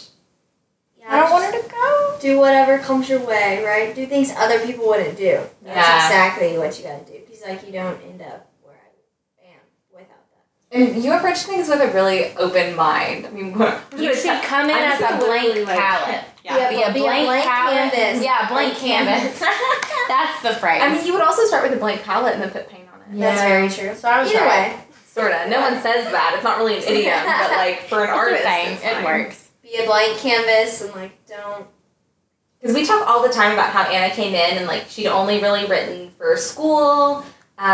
[SPEAKER 4] Yeah,
[SPEAKER 3] I don't want
[SPEAKER 4] just
[SPEAKER 3] her to go.
[SPEAKER 4] do whatever comes your way, right? Do things other people wouldn't do. That's
[SPEAKER 2] Yeah.
[SPEAKER 4] exactly what you gotta do. Because like you don't end up where I am without that.
[SPEAKER 2] And you approach things with a really open mind. I mean, we're- I'm
[SPEAKER 3] You
[SPEAKER 2] gonna
[SPEAKER 3] should
[SPEAKER 2] tell-
[SPEAKER 3] come in
[SPEAKER 2] I'm
[SPEAKER 3] as
[SPEAKER 2] just
[SPEAKER 3] a
[SPEAKER 2] gonna
[SPEAKER 3] blank
[SPEAKER 2] literally, like-
[SPEAKER 3] palette.
[SPEAKER 2] Yeah.
[SPEAKER 4] Yeah,
[SPEAKER 3] be a
[SPEAKER 4] be a
[SPEAKER 3] blank,
[SPEAKER 4] blank
[SPEAKER 3] palette.
[SPEAKER 4] canvas.
[SPEAKER 3] Yeah, blank
[SPEAKER 4] Blank canvas.
[SPEAKER 3] canvas. That's the phrase.
[SPEAKER 2] I mean, you would also start with a blank palette and then put paint on it.
[SPEAKER 3] Yeah.
[SPEAKER 4] That's very true.
[SPEAKER 3] so I was
[SPEAKER 4] Either
[SPEAKER 3] right.
[SPEAKER 4] way,
[SPEAKER 2] Sorta. No one says that. It's not really an idiom, but like for an
[SPEAKER 3] It's a
[SPEAKER 2] artist,
[SPEAKER 3] thing.
[SPEAKER 2] it's
[SPEAKER 3] It
[SPEAKER 2] fine.
[SPEAKER 3] works.
[SPEAKER 4] be a blank canvas and like don't.
[SPEAKER 2] Because we talk all the time about how Anna came in and like she'd only really written for school, um,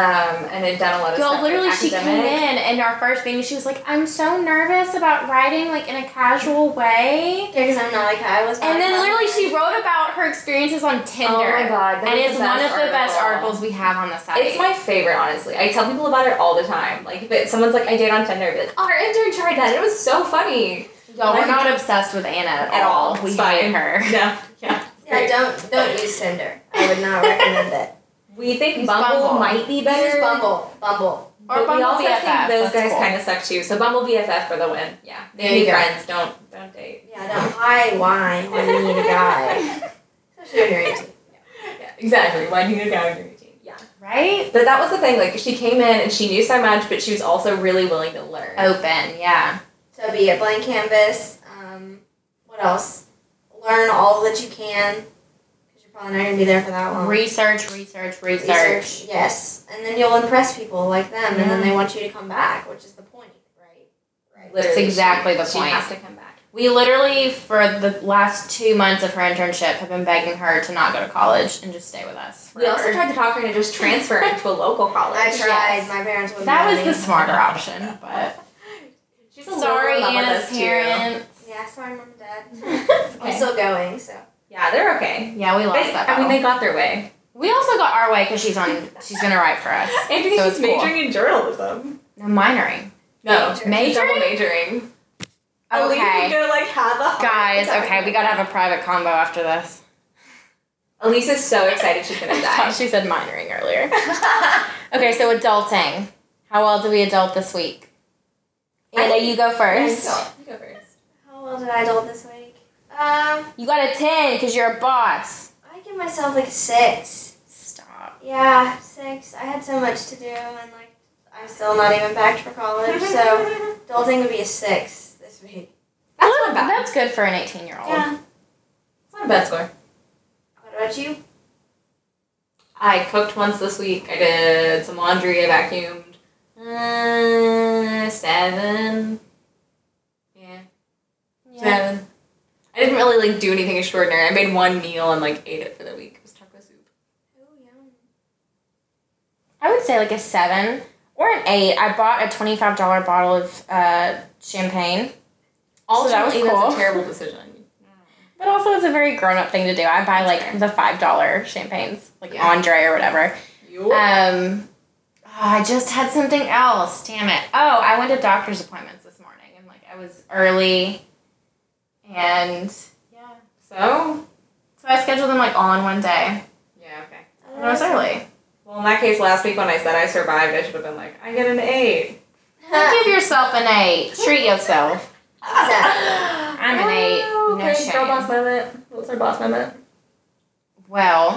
[SPEAKER 2] and had done a lot of stuff.
[SPEAKER 3] Girl, literally,
[SPEAKER 2] like,
[SPEAKER 3] she came
[SPEAKER 2] academic.
[SPEAKER 3] in and our first meeting, she was like, "I'm so nervous about writing, like in a casual way."
[SPEAKER 4] Yeah, because I'm not like I was. not
[SPEAKER 3] And then
[SPEAKER 4] like-
[SPEAKER 3] literally she wrote about her experiences on Tinder.
[SPEAKER 2] Oh my god, that
[SPEAKER 3] And
[SPEAKER 2] was
[SPEAKER 3] it's
[SPEAKER 2] the
[SPEAKER 3] one of the
[SPEAKER 2] best
[SPEAKER 3] best
[SPEAKER 2] article.
[SPEAKER 3] articles we have on the site.
[SPEAKER 2] It's my favorite, honestly. I tell people about it all the time. Like, if it, someone's like, "I did on Tinder," I'd be like, "Oh, "Our intern tried that. It was so funny."
[SPEAKER 3] Y'all, we're
[SPEAKER 2] my-
[SPEAKER 3] not obsessed with Anna at,
[SPEAKER 2] At all.
[SPEAKER 3] We
[SPEAKER 2] It's fine.
[SPEAKER 3] hate her.
[SPEAKER 2] Yeah, yeah.
[SPEAKER 4] Yeah, don't don't use Tinder. I would not recommend it.
[SPEAKER 2] We think
[SPEAKER 3] Use
[SPEAKER 2] Bumble,
[SPEAKER 3] Bumble.
[SPEAKER 2] might be better.
[SPEAKER 4] Use Bumble. Bumble.
[SPEAKER 3] Or
[SPEAKER 2] but we
[SPEAKER 3] Bumble
[SPEAKER 2] also
[SPEAKER 3] BFF.
[SPEAKER 2] think those
[SPEAKER 3] That's
[SPEAKER 2] guys
[SPEAKER 3] cool.
[SPEAKER 2] kind of suck too. So Bumble BFF for the win. Yeah, they
[SPEAKER 4] There you
[SPEAKER 2] need
[SPEAKER 4] go.
[SPEAKER 2] friends. Don't don't date.
[SPEAKER 4] Yeah, don't buy wine when you need a guy. Especially when you're 18.
[SPEAKER 2] Yeah, exactly. Why do you need a guy when you're 18? Yeah.
[SPEAKER 3] Right?
[SPEAKER 2] But that was the thing. Like she came in and she knew so much, but she was also really willing to learn.
[SPEAKER 3] Open, yeah.
[SPEAKER 4] So be a blank canvas. Um, what else? Learn all that you can. Because you're probably not going to be there for
[SPEAKER 2] Um,
[SPEAKER 4] that long.
[SPEAKER 3] Research, research, research.
[SPEAKER 4] Research, Yes. And then you'll impress people like them, and then
[SPEAKER 3] Yeah.
[SPEAKER 4] they want you to come back, which is the point, right? Right.
[SPEAKER 2] Literally,
[SPEAKER 3] That's exactly
[SPEAKER 2] she-
[SPEAKER 3] the
[SPEAKER 2] she
[SPEAKER 3] point.
[SPEAKER 2] has to come back.
[SPEAKER 3] We literally, for the last two months of her internship, have been begging her to not go to college and just stay with us.
[SPEAKER 2] We also
[SPEAKER 3] forever.
[SPEAKER 2] tried to talk her into just transferring to a local college.
[SPEAKER 4] I tried.
[SPEAKER 3] Yes.
[SPEAKER 4] My parents wouldn't
[SPEAKER 3] That
[SPEAKER 4] let
[SPEAKER 3] was
[SPEAKER 4] me.
[SPEAKER 3] the smarter option, but
[SPEAKER 2] She's a
[SPEAKER 3] sorry,
[SPEAKER 2] little in love with
[SPEAKER 3] Anna's
[SPEAKER 2] us, too.
[SPEAKER 3] parents.
[SPEAKER 4] Yeah, sorry, mom and dad. I'm
[SPEAKER 2] Okay.
[SPEAKER 4] still going, so.
[SPEAKER 2] Yeah, they're okay.
[SPEAKER 3] Yeah, we lost
[SPEAKER 2] They-
[SPEAKER 3] that.
[SPEAKER 2] I mean,
[SPEAKER 3] battle.
[SPEAKER 2] they got their way.
[SPEAKER 3] we also got our way because she's on. She's gonna write for us.
[SPEAKER 2] And because
[SPEAKER 3] So
[SPEAKER 2] she's
[SPEAKER 3] it's cool.
[SPEAKER 2] majoring in journalism.
[SPEAKER 3] No minoring.
[SPEAKER 2] No, she's
[SPEAKER 3] Majoring?
[SPEAKER 2] double majoring. At least we
[SPEAKER 3] Okay,
[SPEAKER 2] go like have a
[SPEAKER 3] guys. Okay, we gotta have a private combo after this.
[SPEAKER 2] Elise is so excited she's gonna die.
[SPEAKER 3] She said minoring earlier. Okay, so adulting. How well do we adult this week? Anna, you go first.
[SPEAKER 2] You go first.
[SPEAKER 4] How well did I adult this week? Um,
[SPEAKER 3] You got a ten because you're a boss.
[SPEAKER 4] I give myself like a six.
[SPEAKER 3] Stop.
[SPEAKER 4] Yeah, six. I had so much to do, and like, I'm still not even packed for college, so adulting would be a six this week.
[SPEAKER 2] That's not bad.
[SPEAKER 3] That's good for an 18 year old.
[SPEAKER 4] Yeah.
[SPEAKER 2] It's not a bad score.
[SPEAKER 4] What about you?
[SPEAKER 2] I cooked once this week. I did some laundry. I vacuumed. Uh, seven. Yeah, seven. I didn't really like do anything extraordinary. I made one meal and like ate it for the week. It was taco soup.
[SPEAKER 4] Oh, yeah.
[SPEAKER 3] I would say like a seven or an eight. I bought a $25 bottle of uh, champagne,
[SPEAKER 2] Also,
[SPEAKER 3] that was
[SPEAKER 2] that's
[SPEAKER 3] cool.
[SPEAKER 2] a terrible decision.
[SPEAKER 3] but also it's a very grown up thing to do. I buy like the $5 champagnes, like
[SPEAKER 2] Yeah.
[SPEAKER 3] Andre or whatever.
[SPEAKER 2] You.
[SPEAKER 3] Um, oh, I just had something else. Damn it. Oh, I went to doctor's appointments this morning and like I was early and yeah.
[SPEAKER 2] so.
[SPEAKER 3] So I scheduled them like all in one day.
[SPEAKER 2] Yeah. Okay.
[SPEAKER 3] And I was early.
[SPEAKER 2] Well, next case last week when I said I survived, I should have been like, I get an eight.
[SPEAKER 3] Give yourself an eight. Treat yourself.
[SPEAKER 4] Exactly.
[SPEAKER 3] I'm an eight.
[SPEAKER 2] Oh,
[SPEAKER 3] No
[SPEAKER 2] okay, girl boss
[SPEAKER 3] shame.
[SPEAKER 2] moment. What's our boss moment?
[SPEAKER 3] Well,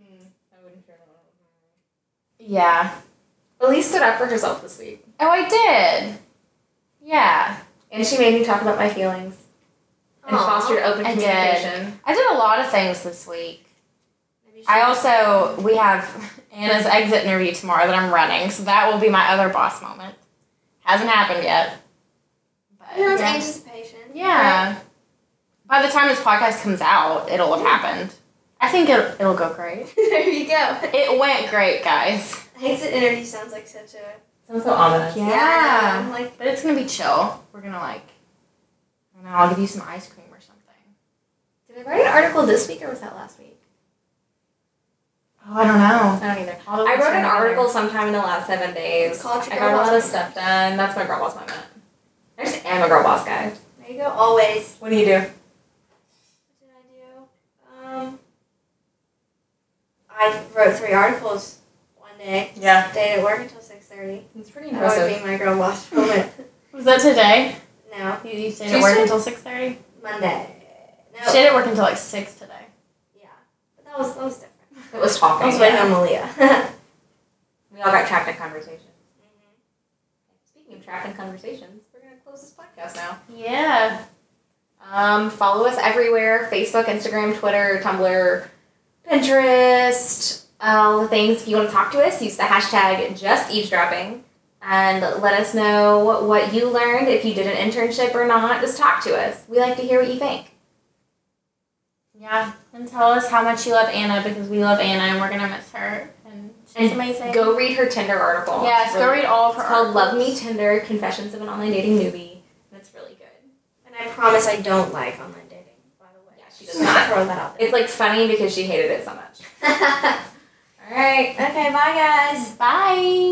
[SPEAKER 2] Hmm, I wouldn't share that.
[SPEAKER 3] yeah.
[SPEAKER 2] Elise stood up for herself this week,
[SPEAKER 3] Oh, I did. Yeah.
[SPEAKER 2] and she made me talk about my feelings and
[SPEAKER 4] Aw.
[SPEAKER 2] fostered open
[SPEAKER 3] I did.
[SPEAKER 2] communication.
[SPEAKER 3] I did a lot of things this week. I also we have Anna's exit interview tomorrow that I'm running, so that will be my other boss moment. Hasn't happened yet. But
[SPEAKER 4] Who knows
[SPEAKER 3] yeah.
[SPEAKER 4] anticipation.
[SPEAKER 3] Yeah. By the time this podcast comes out, it'll have happened. I think it'll, it'll go great.
[SPEAKER 4] there you go.
[SPEAKER 3] It went great, guys.
[SPEAKER 4] Exit interview sounds like such a
[SPEAKER 2] Sounds so ominous.
[SPEAKER 3] Yeah.
[SPEAKER 4] I know, I'm like
[SPEAKER 3] But it's gonna be chill. We're gonna like, I don't know, I'll give you some ice cream or something.
[SPEAKER 4] did I write an article this week or was that last week?
[SPEAKER 3] Oh, I don't know.
[SPEAKER 2] I don't either.
[SPEAKER 3] All the
[SPEAKER 2] I
[SPEAKER 3] ones
[SPEAKER 2] wrote an
[SPEAKER 3] together.
[SPEAKER 2] article sometime in the last seven days.
[SPEAKER 4] It's called
[SPEAKER 2] I got
[SPEAKER 4] your
[SPEAKER 2] a
[SPEAKER 4] girl
[SPEAKER 2] lot of
[SPEAKER 4] boss.
[SPEAKER 2] stuff done. That's my girl boss moment. I just am a girl boss, guys.
[SPEAKER 4] There you go. Always.
[SPEAKER 2] What do you do?
[SPEAKER 4] What did I do? Um, I wrote three articles one day.
[SPEAKER 2] Yeah,
[SPEAKER 4] Stayed at work until six thirty.
[SPEAKER 2] it's pretty
[SPEAKER 4] That would
[SPEAKER 2] impressive.
[SPEAKER 4] be my girl boss moment.
[SPEAKER 3] Was that today?
[SPEAKER 4] no,
[SPEAKER 3] You, you stayed at
[SPEAKER 2] Tuesday?
[SPEAKER 3] work until six thirty.
[SPEAKER 4] Monday. No.
[SPEAKER 3] Stayed at work until like six today.
[SPEAKER 4] Yeah, but that was that was different.
[SPEAKER 2] It was talking.
[SPEAKER 4] That was waiting on Malia.
[SPEAKER 2] We all got trapped in conversation. Speaking of trapped in conversations, we're gonna close this podcast now.
[SPEAKER 3] Yeah.
[SPEAKER 2] Um, follow us everywhere: Facebook, Instagram, Twitter, Tumblr, Pinterest, all the things. If you want to talk to us, use the hashtag just eavesdropping and let us know what you learned. If you did an internship or not, just talk to us. We like to hear what you think.
[SPEAKER 3] Yeah. And tell us how much you love Anna because we love Anna and we're gonna miss her and she's
[SPEAKER 2] And
[SPEAKER 3] amazing.
[SPEAKER 2] Go read her Tinder article.
[SPEAKER 3] Yes,
[SPEAKER 2] It's
[SPEAKER 3] go
[SPEAKER 2] really-
[SPEAKER 3] read all of her
[SPEAKER 2] It's called "Love Me
[SPEAKER 3] articles.
[SPEAKER 2] Tinder: Confessions of an Online Dating Newbie," and it's really good.
[SPEAKER 4] and I promise I don't like online dating. By the way,
[SPEAKER 2] Yeah, she
[SPEAKER 4] just
[SPEAKER 2] does not.
[SPEAKER 4] throw that out there.
[SPEAKER 2] It's like funny because she hated it so much.
[SPEAKER 4] okay,
[SPEAKER 2] All right.
[SPEAKER 4] bye guys.
[SPEAKER 3] Bye.